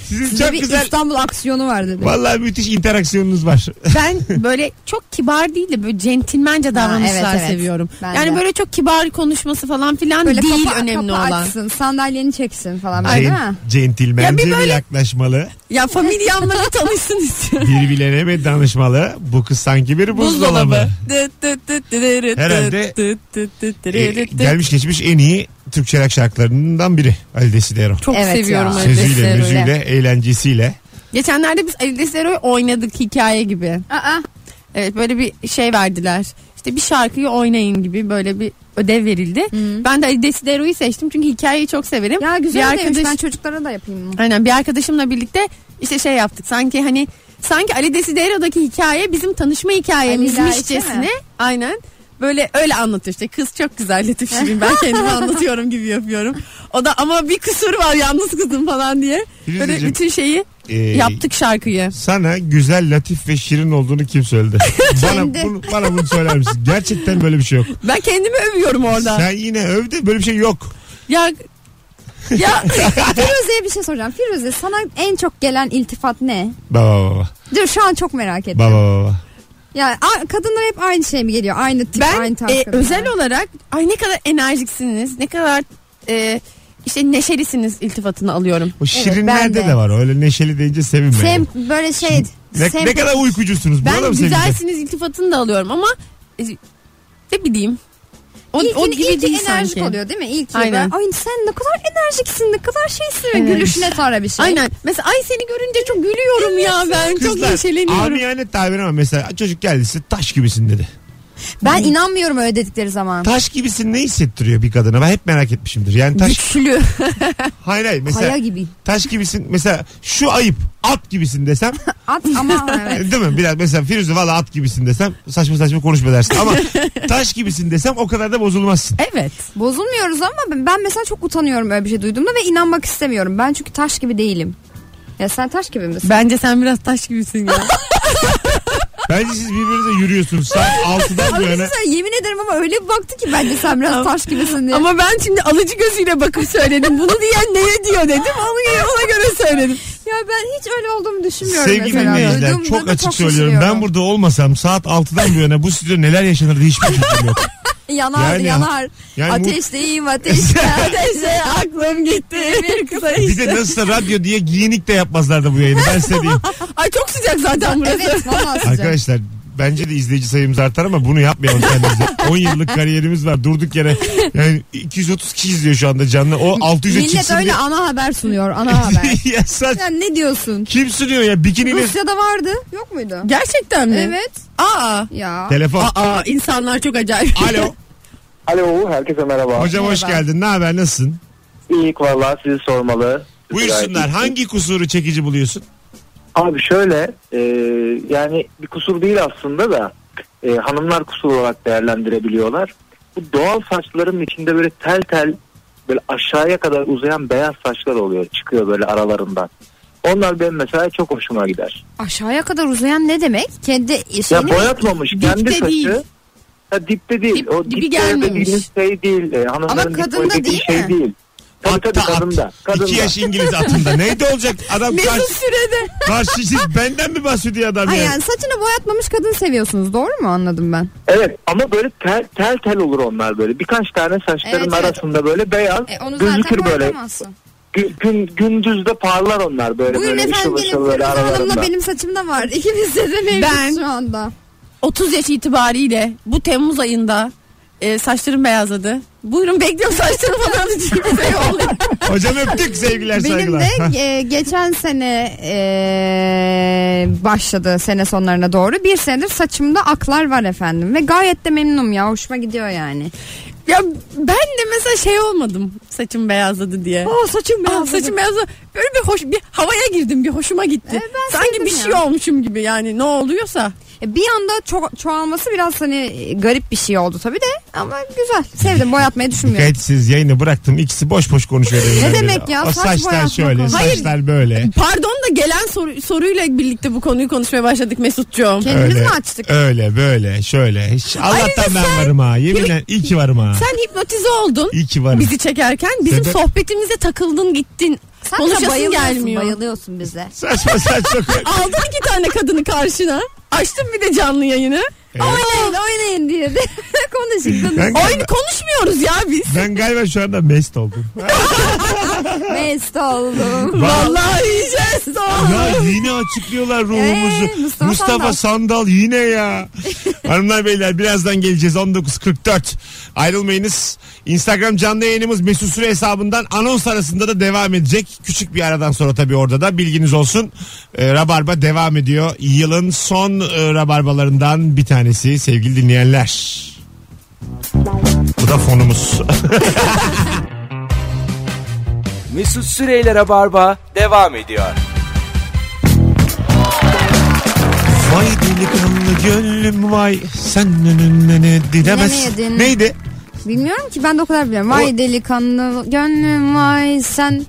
[SPEAKER 2] Sizin
[SPEAKER 4] Size
[SPEAKER 2] çok
[SPEAKER 4] bir
[SPEAKER 2] güzel.
[SPEAKER 4] İstanbul aksiyonu var dedi.
[SPEAKER 2] Vallahi müthiş interaksiyonunuz var.
[SPEAKER 3] ben böyle çok kibar değil de böyle centilmence davranışlar
[SPEAKER 4] evet, evet.
[SPEAKER 3] seviyorum.
[SPEAKER 4] Ben
[SPEAKER 3] yani
[SPEAKER 4] de.
[SPEAKER 3] böyle çok kibar konuşması falan filan
[SPEAKER 4] Böyle
[SPEAKER 3] değil
[SPEAKER 4] kapağı-
[SPEAKER 3] önemli
[SPEAKER 4] kapağı
[SPEAKER 3] olan.
[SPEAKER 4] açsın, sandalyeni çeksin falan böyle değil
[SPEAKER 2] Cent,
[SPEAKER 4] mi?
[SPEAKER 2] centilmence
[SPEAKER 3] Ya bir
[SPEAKER 2] bir,
[SPEAKER 3] böyle-
[SPEAKER 2] yaklaşmalı.
[SPEAKER 3] Ya familyamla bir tanışsın istiyorum.
[SPEAKER 2] Birbirlerine mi danışmalı? Bu kız sanki bir buzdolabı.
[SPEAKER 3] Dıt dıt dıt dırırıt
[SPEAKER 2] Herhalde,
[SPEAKER 3] dıt dıt dıt dırırıt
[SPEAKER 2] Ee,
[SPEAKER 3] dıt.
[SPEAKER 2] gelmiş geçmiş en iyi Türkçe rock şarkılarından biri. Ali Desidero.
[SPEAKER 3] Çok
[SPEAKER 4] Evet
[SPEAKER 3] seviyorum
[SPEAKER 4] ya.
[SPEAKER 3] Ali
[SPEAKER 2] Sözüyle,
[SPEAKER 3] Destero'yu.
[SPEAKER 2] müziğiyle, eğlencesiyle.
[SPEAKER 3] Geçenlerde biz Ali Destero'yu oynadık hikaye gibi.
[SPEAKER 4] Aa,
[SPEAKER 3] Evet böyle bir şey verdiler. işte bir şarkıyı oynayın gibi böyle bir ödev verildi.
[SPEAKER 4] Hı.
[SPEAKER 3] Ben de Ali Desidero'yu seçtim çünkü hikayeyi çok severim.
[SPEAKER 4] Ya güzel
[SPEAKER 3] bir
[SPEAKER 4] demiş
[SPEAKER 3] arkadaş,
[SPEAKER 4] ben çocuklara da yapayım
[SPEAKER 3] <laughs>
[SPEAKER 4] bunu.
[SPEAKER 3] Aynen bir arkadaşımla birlikte işte şey yaptık. Sanki hani sanki Ali Desidero'daki hikaye bizim tanışma
[SPEAKER 4] Ali ile Ayşe mi?
[SPEAKER 3] hikayemizmişçesine. Aynen. Böyle öyle anlatıyor işte. Kız çok
[SPEAKER 4] <laughs>
[SPEAKER 3] güzel Latif Şirin. Ben kendimi anlatıyorum gibi yapıyorum. O da ama bir kusur var yalnız kızım falan diye. Böyle
[SPEAKER 2] Firuzeciğim,
[SPEAKER 3] bütün şeyi
[SPEAKER 2] e,
[SPEAKER 3] yaptık şarkıyı.
[SPEAKER 2] Sana güzel, latif ve şirin olduğunu kim
[SPEAKER 3] <laughs>
[SPEAKER 2] söyledi? bana,
[SPEAKER 4] Kendi.
[SPEAKER 2] bunu, bana bunu söyler misin? Gerçekten böyle bir şey yok.
[SPEAKER 3] Ben kendimi övüyorum orada.
[SPEAKER 2] Sen yine övdü böyle bir şey yok.
[SPEAKER 3] Ya ya
[SPEAKER 4] Firuze'ye bir şey soracağım. Firuze sana en çok gelen iltifat ne?
[SPEAKER 2] Baba baba
[SPEAKER 4] Dur şu an çok merak ettim.
[SPEAKER 2] baba baba.
[SPEAKER 4] Ya a- kadınlar hep aynı şey mi geliyor? Aynı tip,
[SPEAKER 3] ben
[SPEAKER 4] aynı tarz
[SPEAKER 3] e,
[SPEAKER 4] kadınlar.
[SPEAKER 3] özel olarak ay ne kadar enerjiksiniz. Ne kadar e, işte neşelisiniz iltifatını alıyorum.
[SPEAKER 2] O
[SPEAKER 4] ben
[SPEAKER 2] şirinlerde
[SPEAKER 4] de.
[SPEAKER 2] de. var öyle neşeli deyince sevinme.
[SPEAKER 4] Sem
[SPEAKER 2] yani.
[SPEAKER 4] böyle şey.
[SPEAKER 2] Ne,
[SPEAKER 4] sem-
[SPEAKER 2] ne kadar uykucusunuz. Buna da
[SPEAKER 3] Ben
[SPEAKER 2] mı sevineceksin?
[SPEAKER 3] güzelsiniz iltifatını da alıyorum ama e, ne bileyim. O,
[SPEAKER 4] İlkin-
[SPEAKER 3] o gibi
[SPEAKER 4] ilki
[SPEAKER 3] değil
[SPEAKER 4] enerjik
[SPEAKER 3] sanki.
[SPEAKER 4] oluyor değil mi? İlki
[SPEAKER 3] Aynen.
[SPEAKER 4] böyle, Ay sen ne kadar enerjiksin ne kadar şeysin. ve
[SPEAKER 3] Evet.
[SPEAKER 4] Gülüşüne sonra bir şey.
[SPEAKER 3] Aynen. Mesela ay seni görünce çok gülüyorum ya ben. çok neşeleniyorum.
[SPEAKER 2] amiyane tabir ama mesela çocuk geldi size taş gibisin dedi.
[SPEAKER 4] Ben inanmıyorum öyle dedikleri zaman.
[SPEAKER 2] Taş gibisin ne hissettiriyor bir kadına? Ben hep merak etmişimdir. Yani taş
[SPEAKER 3] Güçlü.
[SPEAKER 2] hayır hayır mesela
[SPEAKER 4] Kaya gibi.
[SPEAKER 2] taş gibisin mesela şu ayıp at gibisin
[SPEAKER 4] <laughs>
[SPEAKER 2] desem e,
[SPEAKER 4] At
[SPEAKER 3] <laughs>
[SPEAKER 4] ama evet.
[SPEAKER 2] değil mi? Biraz mesela Firuze valla at gibisin desem saçma saçma konuşma dersin
[SPEAKER 4] <laughs>
[SPEAKER 2] ama taş gibisin desem o kadar da bozulmazsın.
[SPEAKER 3] evet.
[SPEAKER 4] Bozulmuyoruz ama ben- ben mesela çok utanıyorum öyle bir şey duyduğumda ve inanmak istemiyorum. Ben çünkü taş gibi değilim. Ya sen taş gibi misin?
[SPEAKER 3] Bence sen biraz taş gibisin ya.
[SPEAKER 2] Bence siz birbirinize yürüyorsunuz saat 6'dan bu
[SPEAKER 4] Ama bir şey
[SPEAKER 2] yana.
[SPEAKER 4] söyleyeyim, yemin ederim ama öyle bir baktı ki bence sen biraz taş gibisin diye.
[SPEAKER 3] <laughs> Ama ben şimdi alıcı gözüyle bakıp söyledim. Bunu diyen neye diyor dedim. Onu ona göre söyledim.
[SPEAKER 4] Ya ben hiç öyle olduğumu düşünmüyorum
[SPEAKER 2] Sevgili
[SPEAKER 4] mesela.
[SPEAKER 2] dinleyiciler
[SPEAKER 4] Duyduğumda
[SPEAKER 2] çok
[SPEAKER 4] da
[SPEAKER 2] açık söylüyorum. Ben
[SPEAKER 4] şaşırıyorum.
[SPEAKER 2] burada olmasam saat 6'dan bu yana bu stüdyo neler yaşanırdı hiçbir fikrim yok.
[SPEAKER 4] Yanar
[SPEAKER 2] Yani-
[SPEAKER 4] yanar.
[SPEAKER 2] yani bu- <laughs>
[SPEAKER 4] ateşteyim ateşte.
[SPEAKER 3] Neyse aklım gitti.
[SPEAKER 4] <laughs>
[SPEAKER 3] Bir kısa
[SPEAKER 2] Bir de nasılsa radyo diye giyinik de yapmazlardı bu yayını ben
[SPEAKER 4] <laughs>
[SPEAKER 2] size diyeyim.
[SPEAKER 3] Ay çok sıcak zaten burası.
[SPEAKER 2] <laughs>
[SPEAKER 4] evet vallahi sıcak.
[SPEAKER 2] Arkadaşlar bence de izleyici sayımız artar ama bunu yapmayalım
[SPEAKER 4] <laughs>
[SPEAKER 2] kendimize. 10 yıllık kariyerimiz var durduk yere. Yani 230 kişi izliyor şu anda canlı. O 600'e
[SPEAKER 4] Millet
[SPEAKER 2] çıksın
[SPEAKER 4] öyle
[SPEAKER 2] diye.
[SPEAKER 4] ana haber sunuyor ana haber.
[SPEAKER 2] <laughs> ya sen
[SPEAKER 4] Sen ne diyorsun?
[SPEAKER 2] kim sunuyor ya bikiniyle
[SPEAKER 4] Rusya'da vardı yok muydu?
[SPEAKER 3] Gerçekten mi?
[SPEAKER 4] Evet.
[SPEAKER 3] Aa.
[SPEAKER 4] Ya.
[SPEAKER 2] telefon.
[SPEAKER 3] Aa insanlar çok acayip.
[SPEAKER 2] Alo.
[SPEAKER 8] Alo herkese merhaba.
[SPEAKER 2] Hocam hoş
[SPEAKER 4] Merhaba.
[SPEAKER 2] geldin. Ne haber? Nasılsın?
[SPEAKER 8] İlk vallahi sizi sormalı.
[SPEAKER 2] Buyursunlar.
[SPEAKER 8] Gayet iyi.
[SPEAKER 2] Hangi kusuru çekici buluyorsun?
[SPEAKER 8] Abi şöyle e, yani bir kusur değil aslında da e, hanımlar kusur olarak değerlendirebiliyorlar. Bu doğal saçların içinde böyle tel tel böyle aşağıya kadar uzayan beyaz saçlar oluyor çıkıyor böyle aralarından. Onlar benim mesela çok hoşuma gider.
[SPEAKER 4] Aşağıya kadar uzayan ne demek? Kendi
[SPEAKER 8] Ya
[SPEAKER 4] şeyini mi?
[SPEAKER 8] boyatmamış
[SPEAKER 3] Dipte
[SPEAKER 8] kendi saçı.
[SPEAKER 3] değil.
[SPEAKER 8] Ha, dipte değil.
[SPEAKER 3] Dip-
[SPEAKER 8] o
[SPEAKER 3] dibi
[SPEAKER 8] dipte
[SPEAKER 3] gelmemiş.
[SPEAKER 8] dediğiniz şey değil. E, hanımların dip
[SPEAKER 4] kadında
[SPEAKER 8] boyu dediği
[SPEAKER 4] değil
[SPEAKER 8] şey
[SPEAKER 4] mi?
[SPEAKER 8] değil. Tabii tabii
[SPEAKER 2] Atta at.
[SPEAKER 8] kadında.
[SPEAKER 2] İki
[SPEAKER 8] kadında.
[SPEAKER 2] yaş İngiliz atında. Neydi olacak? Adam
[SPEAKER 3] Mesut
[SPEAKER 2] karşı,
[SPEAKER 3] Süre'de.
[SPEAKER 2] karşı siz benden mi bahsediyor adam
[SPEAKER 4] Ay
[SPEAKER 2] ya?
[SPEAKER 4] yani saçını boyatmamış kadın seviyorsunuz doğru mu anladım ben?
[SPEAKER 8] Evet ama böyle tel tel, tel olur onlar böyle. Birkaç tane saçların
[SPEAKER 4] Evet, evet.
[SPEAKER 8] arasında böyle beyaz
[SPEAKER 4] E,
[SPEAKER 8] gözükür böyle. Gü- gün, gündüz de parlar onlar böyle
[SPEAKER 4] Bugün
[SPEAKER 8] böyle ışıl
[SPEAKER 4] efendim benim
[SPEAKER 8] ışıl böyle
[SPEAKER 4] Firuze Hanım'la
[SPEAKER 8] aralarında.
[SPEAKER 4] benim saçımda var. <laughs> İkimizde de mevcut
[SPEAKER 3] Ben-
[SPEAKER 4] şu anda.
[SPEAKER 3] 30 yaş itibariyle bu Temmuz ayında e, saçlarım beyazladı. Buyurun bekliyorum saçlarım falan. Kimse yok.
[SPEAKER 2] Hocam öptük sevgiler
[SPEAKER 4] Benim
[SPEAKER 2] saygılar.
[SPEAKER 4] de
[SPEAKER 2] <laughs>
[SPEAKER 4] e, geçen sene e, başladı sene sonlarına doğru. Bir senedir saçımda aklar var efendim. Ve gayet de memnunum ya. Hoşuma gidiyor yani.
[SPEAKER 3] Ya ben de mesela şey olmadım saçım beyazladı diye.
[SPEAKER 4] Aa saçım
[SPEAKER 3] Aa, saçım beyazladı. Böyle bir hoş bir havaya girdim bir hoşuma gitti.
[SPEAKER 4] E, ben
[SPEAKER 3] Sanki
[SPEAKER 4] sevdim
[SPEAKER 3] bir
[SPEAKER 4] ya.
[SPEAKER 3] şey olmuşum gibi yani ne oluyorsa.
[SPEAKER 4] E, Bir anda ço- çoğalması biraz hani e, garip bir şey oldu tabii de. Ama güzel. Sevdim.
[SPEAKER 2] <laughs>
[SPEAKER 4] Boyatmayı düşünmüyorum.
[SPEAKER 2] Kayıtsız yayını bıraktım. İkisi boş boş konuşuyor.
[SPEAKER 4] Ne demek ya?
[SPEAKER 2] O
[SPEAKER 4] Saç
[SPEAKER 2] saçlar
[SPEAKER 4] boyatmak
[SPEAKER 2] şöyle,
[SPEAKER 4] olmaz.
[SPEAKER 3] Hayır.
[SPEAKER 2] saçlar böyle.
[SPEAKER 3] Pardon da gelen soru, soruyla birlikte bu konuyu konuşmaya başladık Mesutcuğum.
[SPEAKER 4] <laughs> Kendimiz mi açtık?
[SPEAKER 2] Öyle böyle şöyle. Hiç, Allah'tan
[SPEAKER 3] Ayrıca
[SPEAKER 2] ben
[SPEAKER 3] sen-
[SPEAKER 2] varım ha. Yeminle iyi ki varım ha.
[SPEAKER 3] Sen hipnotize oldun
[SPEAKER 2] İyi ki varım.
[SPEAKER 3] bizi çekerken. Bizim
[SPEAKER 2] Sebep-
[SPEAKER 3] sohbetimize takıldın gittin.
[SPEAKER 4] Sen de
[SPEAKER 3] Konuşasın
[SPEAKER 4] bayılıyorsun,
[SPEAKER 3] gelmiyor.
[SPEAKER 4] Bayılıyorsun bize.
[SPEAKER 2] Saçma saçma.
[SPEAKER 4] <laughs>
[SPEAKER 3] Aldın iki tane kadını karşına. Açtın bir de canlı yayını.
[SPEAKER 4] Oynayın oynayın diye de <laughs> konuştuk.
[SPEAKER 2] ben,
[SPEAKER 3] Oyun konuşmuyoruz ya biz.
[SPEAKER 2] ben galiba şu anda mest oldum.
[SPEAKER 4] Mest oldum.
[SPEAKER 3] Vallahi yiyeceğiz.
[SPEAKER 2] ya yine açıklıyorlar ruhumuzu.
[SPEAKER 4] Ee,
[SPEAKER 2] Mustafa,
[SPEAKER 4] Mustafa
[SPEAKER 2] Sandal.
[SPEAKER 4] Sandal.
[SPEAKER 2] yine
[SPEAKER 4] <laughs>
[SPEAKER 2] ya. Hanımlar beyler birazdan geleceğiz 19.44. Ayrılmayınız. Instagram canlı yayınımız Mesut Süre hesabından anons arasında da devam edecek. Küçük bir aradan sonra tabii orada da bilginiz olsun. Ee, Rabarba devam ediyor. Yılın son e, rabarbalarından bir tanesi. tanesi sevgili dinleyenler. Bu da fonumuz.
[SPEAKER 1] Mesut Süreyler'e barba devam ediyor.
[SPEAKER 2] <laughs> Vay delikanlı gönlüm vay sen önüne ne dilemez.
[SPEAKER 4] Bilemedin.
[SPEAKER 2] Neydi?
[SPEAKER 4] Bilmiyorum ki ben de o kadar biliyorum. Vay delikanlı gönlüm vay sen.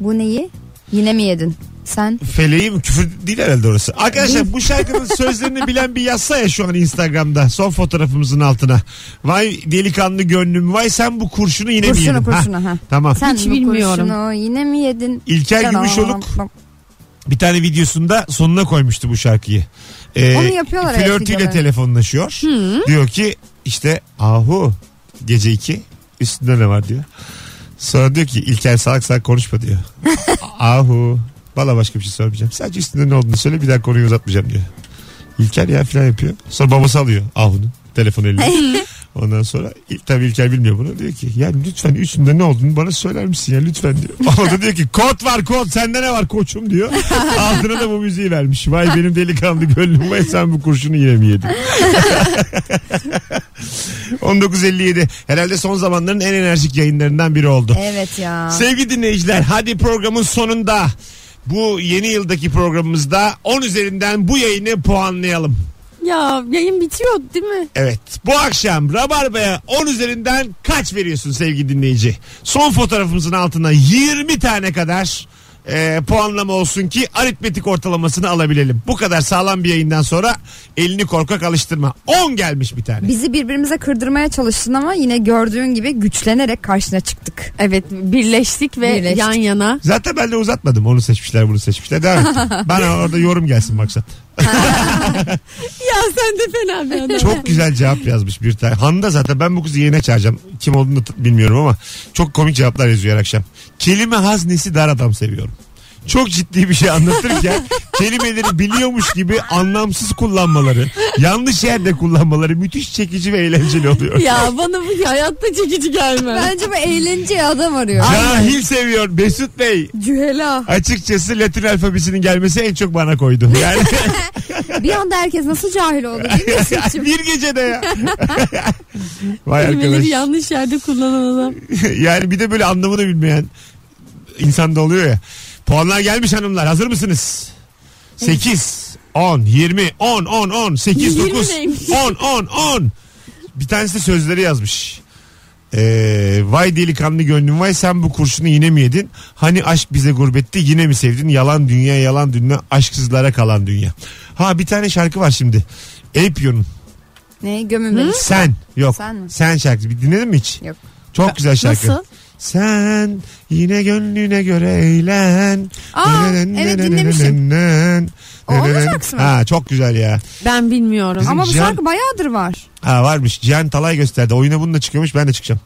[SPEAKER 4] Bu neyi? Yine mi yedin? Sen.
[SPEAKER 2] Feleğim küfür değil herhalde orası. Arkadaşlar bu
[SPEAKER 4] <laughs>
[SPEAKER 2] şarkının sözlerini bilen bir yazsa ya şu an Instagram'da son fotoğrafımızın altına. Vay delikanlı gönlüm vay sen bu kurşunu yine mi
[SPEAKER 4] Kurşunu,
[SPEAKER 2] yedin? Ha,
[SPEAKER 4] kurşunu, ha.
[SPEAKER 2] Tamam.
[SPEAKER 4] Sen
[SPEAKER 3] Hiç
[SPEAKER 4] bu
[SPEAKER 3] bilmiyorum.
[SPEAKER 4] kurşunu yine mi yedin?
[SPEAKER 2] İlker
[SPEAKER 4] Sen-
[SPEAKER 2] Gümüşoluk bir tane videosunda sonuna koymuştu bu şarkıyı. Ee,
[SPEAKER 4] Onu yapıyorlar evet
[SPEAKER 2] Flörtüyle
[SPEAKER 4] videoları.
[SPEAKER 2] telefonlaşıyor. Diyor ki işte ahu gece iki üstünde ne var diyor. Sonra diyor ki İlker salak salak konuşma diyor. ahu valla başka bir şey sormayacağım. Sadece üstünde ne olduğunu söyle bir daha konuyu uzatmayacağım diyor. İlker ya filan yapıyor. Sonra babası alıyor Ahu'nun telefonu eline. Ondan sonra ilk tabii İlker bilmiyor bunu. Diyor ki ya lütfen üstünde ne olduğunu bana söyler misin ya lütfen diyor. <laughs> O da diyor ki kod var kod sende ne var koçum diyor. Altına da bu müziği vermiş. Vay benim delikanlı gönlüm vay sen bu kurşunu yine mi yedin? <laughs> 1957 herhalde son zamanların en enerjik yayınlarından biri oldu.
[SPEAKER 4] Evet ya.
[SPEAKER 2] Sevgili dinleyiciler hadi programın sonunda bu yeni yıldaki programımızda 10 üzerinden bu yayını puanlayalım.
[SPEAKER 3] Ya yayın bitiyor değil mi?
[SPEAKER 2] Evet bu akşam Rabarba'ya 10 üzerinden kaç veriyorsun sevgili dinleyici? Son fotoğrafımızın altına 20 tane kadar e, puanlama olsun ki aritmetik ortalamasını alabilelim. Bu kadar sağlam bir yayından sonra elini korkak alıştırma. 10 gelmiş bir tane.
[SPEAKER 4] Bizi birbirimize kırdırmaya çalıştın ama yine gördüğün gibi güçlenerek karşına çıktık.
[SPEAKER 3] Evet birleştik ve
[SPEAKER 4] Birleştik.
[SPEAKER 3] yan yana.
[SPEAKER 2] Zaten ben de uzatmadım. Onu seçmişler bunu seçmişler. Devam et. Bana orada yorum gelsin maksat.
[SPEAKER 3] Ya sen de fena bir <laughs> adam.
[SPEAKER 2] Çok güzel cevap yazmış bir tane. Handa zaten ben bu kızı yayına çağıracağım. Kim olduğunu t- bilmiyorum ama çok komik cevaplar yazıyor her akşam. Kelime haznesi dar adam seviyorum. Çok ciddi bir şey
[SPEAKER 3] <laughs>
[SPEAKER 2] anlatırken kelimeleri biliyormuş gibi anlamsız kullanmaları, yanlış yerde kullanmaları müthiş çekici ve eğlenceli oluyor.
[SPEAKER 3] Ya bana bu hayatta çekici gelmez.
[SPEAKER 4] Bence bu eğlenceli adam arıyor.
[SPEAKER 2] Cahil seviyor Mesut Bey.
[SPEAKER 4] Cühela.
[SPEAKER 2] Açıkçası Latin alfabesinin gelmesi en çok bana koydu.
[SPEAKER 3] <laughs>
[SPEAKER 2] Yani
[SPEAKER 4] Bir anda herkes nasıl
[SPEAKER 2] <laughs>
[SPEAKER 4] cahil oldu değil mi? Mesut'cum?
[SPEAKER 2] bir gecede
[SPEAKER 3] <laughs>
[SPEAKER 2] ya. Vay arkadaş.
[SPEAKER 3] Kelimeleri yanlış yerde kullanan adam.
[SPEAKER 2] <laughs> yani bir de böyle anlamını bilmeyen insan da oluyor ya. Puanlar gelmiş hanımlar. Hazır mısınız? 8, 10, 20, 10, 10, 10, 8,
[SPEAKER 3] 20
[SPEAKER 2] 9,
[SPEAKER 3] neymiş?
[SPEAKER 2] 10, 10, 10. Bir tanesi de sözleri yazmış. Ee, vay delikanlı gönlüm vay sen bu kurşunu yine mi yedin? Hani aşk bize gurbetti yine mi sevdin? Yalan dünya yalan dünya aşksızlara kalan dünya. Ha bir tane şarkı var şimdi. Apion'un.
[SPEAKER 4] ne gömün beni.
[SPEAKER 2] Sen yok.
[SPEAKER 4] Sen mi?
[SPEAKER 2] Sen şarkısı. Bir dinledin mi hiç?
[SPEAKER 4] Yok.
[SPEAKER 2] Çok güzel şarkı.
[SPEAKER 3] Nasıl?
[SPEAKER 2] Sen yine gönlüne göre eğlen.
[SPEAKER 4] Aa, evet, dinlemişim. O onun şarkısı mı?
[SPEAKER 2] Ha, çok güzel ya.
[SPEAKER 3] Ben bilmiyorum.
[SPEAKER 2] Bizim
[SPEAKER 4] Ama bu
[SPEAKER 2] Cihan-
[SPEAKER 4] şarkı bayağıdır var.
[SPEAKER 2] Ha, varmış. Cihan Talay gösterdi. Oyuna bununla çıkıyormuş. Ben de çıkacağım.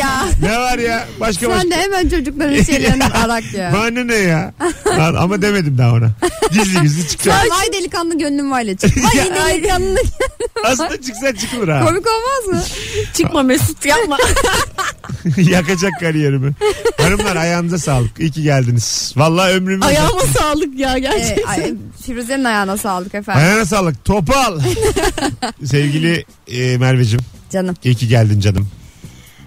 [SPEAKER 4] ya
[SPEAKER 2] <laughs> ne var ya? Başka başka.
[SPEAKER 4] sen de hemen çocukların şeylerini arak ya.
[SPEAKER 2] Bana ne ya? Lan ama demedim daha ona. Gizli gizli çıkacağım.
[SPEAKER 4] Vay delikanlı gönlüm vayla çık. Vay
[SPEAKER 2] Ya.
[SPEAKER 4] delikanlı.
[SPEAKER 2] Aslında çıksa çıkılır ha.
[SPEAKER 4] Komik olmaz mı?
[SPEAKER 3] Çıkma Mesut yapma.
[SPEAKER 2] <laughs> Yakacak kariyerimi. Hanımlar ayağınıza sağlık. İyi ki geldiniz. Vallahi ömrümü
[SPEAKER 3] Ayağıma sağlık
[SPEAKER 4] <laughs>
[SPEAKER 3] ya
[SPEAKER 4] Ee,
[SPEAKER 3] <laughs> gerçekten.
[SPEAKER 4] ay, Firuze'nin ayağına sağlık efendim.
[SPEAKER 2] Ayağına sağlık.
[SPEAKER 4] <laughs>
[SPEAKER 2] Topal. Sevgili e, Merveciğim.
[SPEAKER 4] Canım.
[SPEAKER 2] İyi ki geldin canım.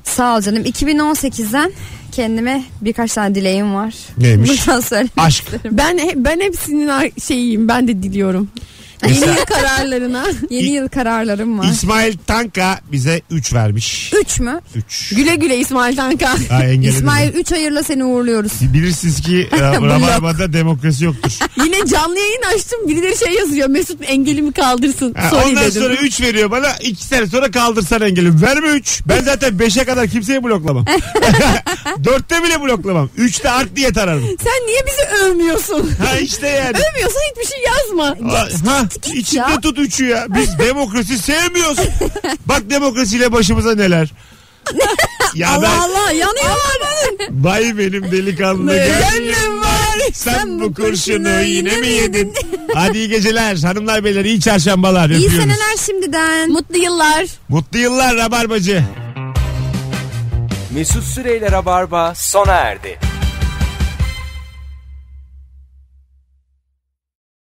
[SPEAKER 4] Sağ ol canım. 2018'den kendime birkaç tane dileğim var.
[SPEAKER 2] Neymiş?
[SPEAKER 4] <laughs> Buradan söyle.
[SPEAKER 2] Aşk.
[SPEAKER 3] Ben he- ben hepsinin ar- şeyiyim. Ben de diliyorum. Yeni
[SPEAKER 2] Mesela-
[SPEAKER 3] yıl kararlarına.
[SPEAKER 4] Yeni
[SPEAKER 2] İ-
[SPEAKER 4] yıl kararlarım var.
[SPEAKER 2] İsmail Tanka bize 3 vermiş.
[SPEAKER 4] 3 mü?
[SPEAKER 2] 3.
[SPEAKER 3] Güle güle İsmail Tanka.
[SPEAKER 4] İsmail 3 hayırla seni uğurluyoruz.
[SPEAKER 2] Bilirsiniz
[SPEAKER 3] <laughs>
[SPEAKER 2] ki e,
[SPEAKER 4] Blok.
[SPEAKER 2] Rabarba'da demokrasi yoktur.
[SPEAKER 3] Yine canlı yayın açtım. Birileri şey yazıyor. Mesut engelimi kaldırsın.
[SPEAKER 2] Ha,
[SPEAKER 3] Sorry
[SPEAKER 2] ondan
[SPEAKER 3] dedim.
[SPEAKER 2] sonra 3 veriyor bana. 2 sene sonra kaldırsan engelim. Verme 3. Ben zaten 5'e kadar kimseyi bloklamam.
[SPEAKER 3] <laughs>
[SPEAKER 2] 4'te bile bloklamam. 3'te art diye tararım.
[SPEAKER 3] Sen niye bizi övmüyorsun?
[SPEAKER 2] Ha işte yani.
[SPEAKER 3] Övmüyorsan hiçbir şey yazma.
[SPEAKER 2] Ha, ha, içinde
[SPEAKER 3] ya.
[SPEAKER 2] tut üçü ya.
[SPEAKER 3] <laughs>
[SPEAKER 2] Biz demokrasi sevmiyoruz. Bak demokrasiyle başımıza neler. ya ben,
[SPEAKER 3] Allah Allah yanıyorlar.
[SPEAKER 2] Vay benim delikanlı gönlüm var. Sen bu kurşunu yine mi yedin? Hadi iyi geceler hanımlar beyler iyi çarşambalar
[SPEAKER 4] İyi
[SPEAKER 2] öpüyoruz.
[SPEAKER 4] seneler şimdiden.
[SPEAKER 3] Mutlu yıllar.
[SPEAKER 2] Mutlu yıllar Rabarbacı.
[SPEAKER 1] Mesut Süreyler'e barba sona erdi.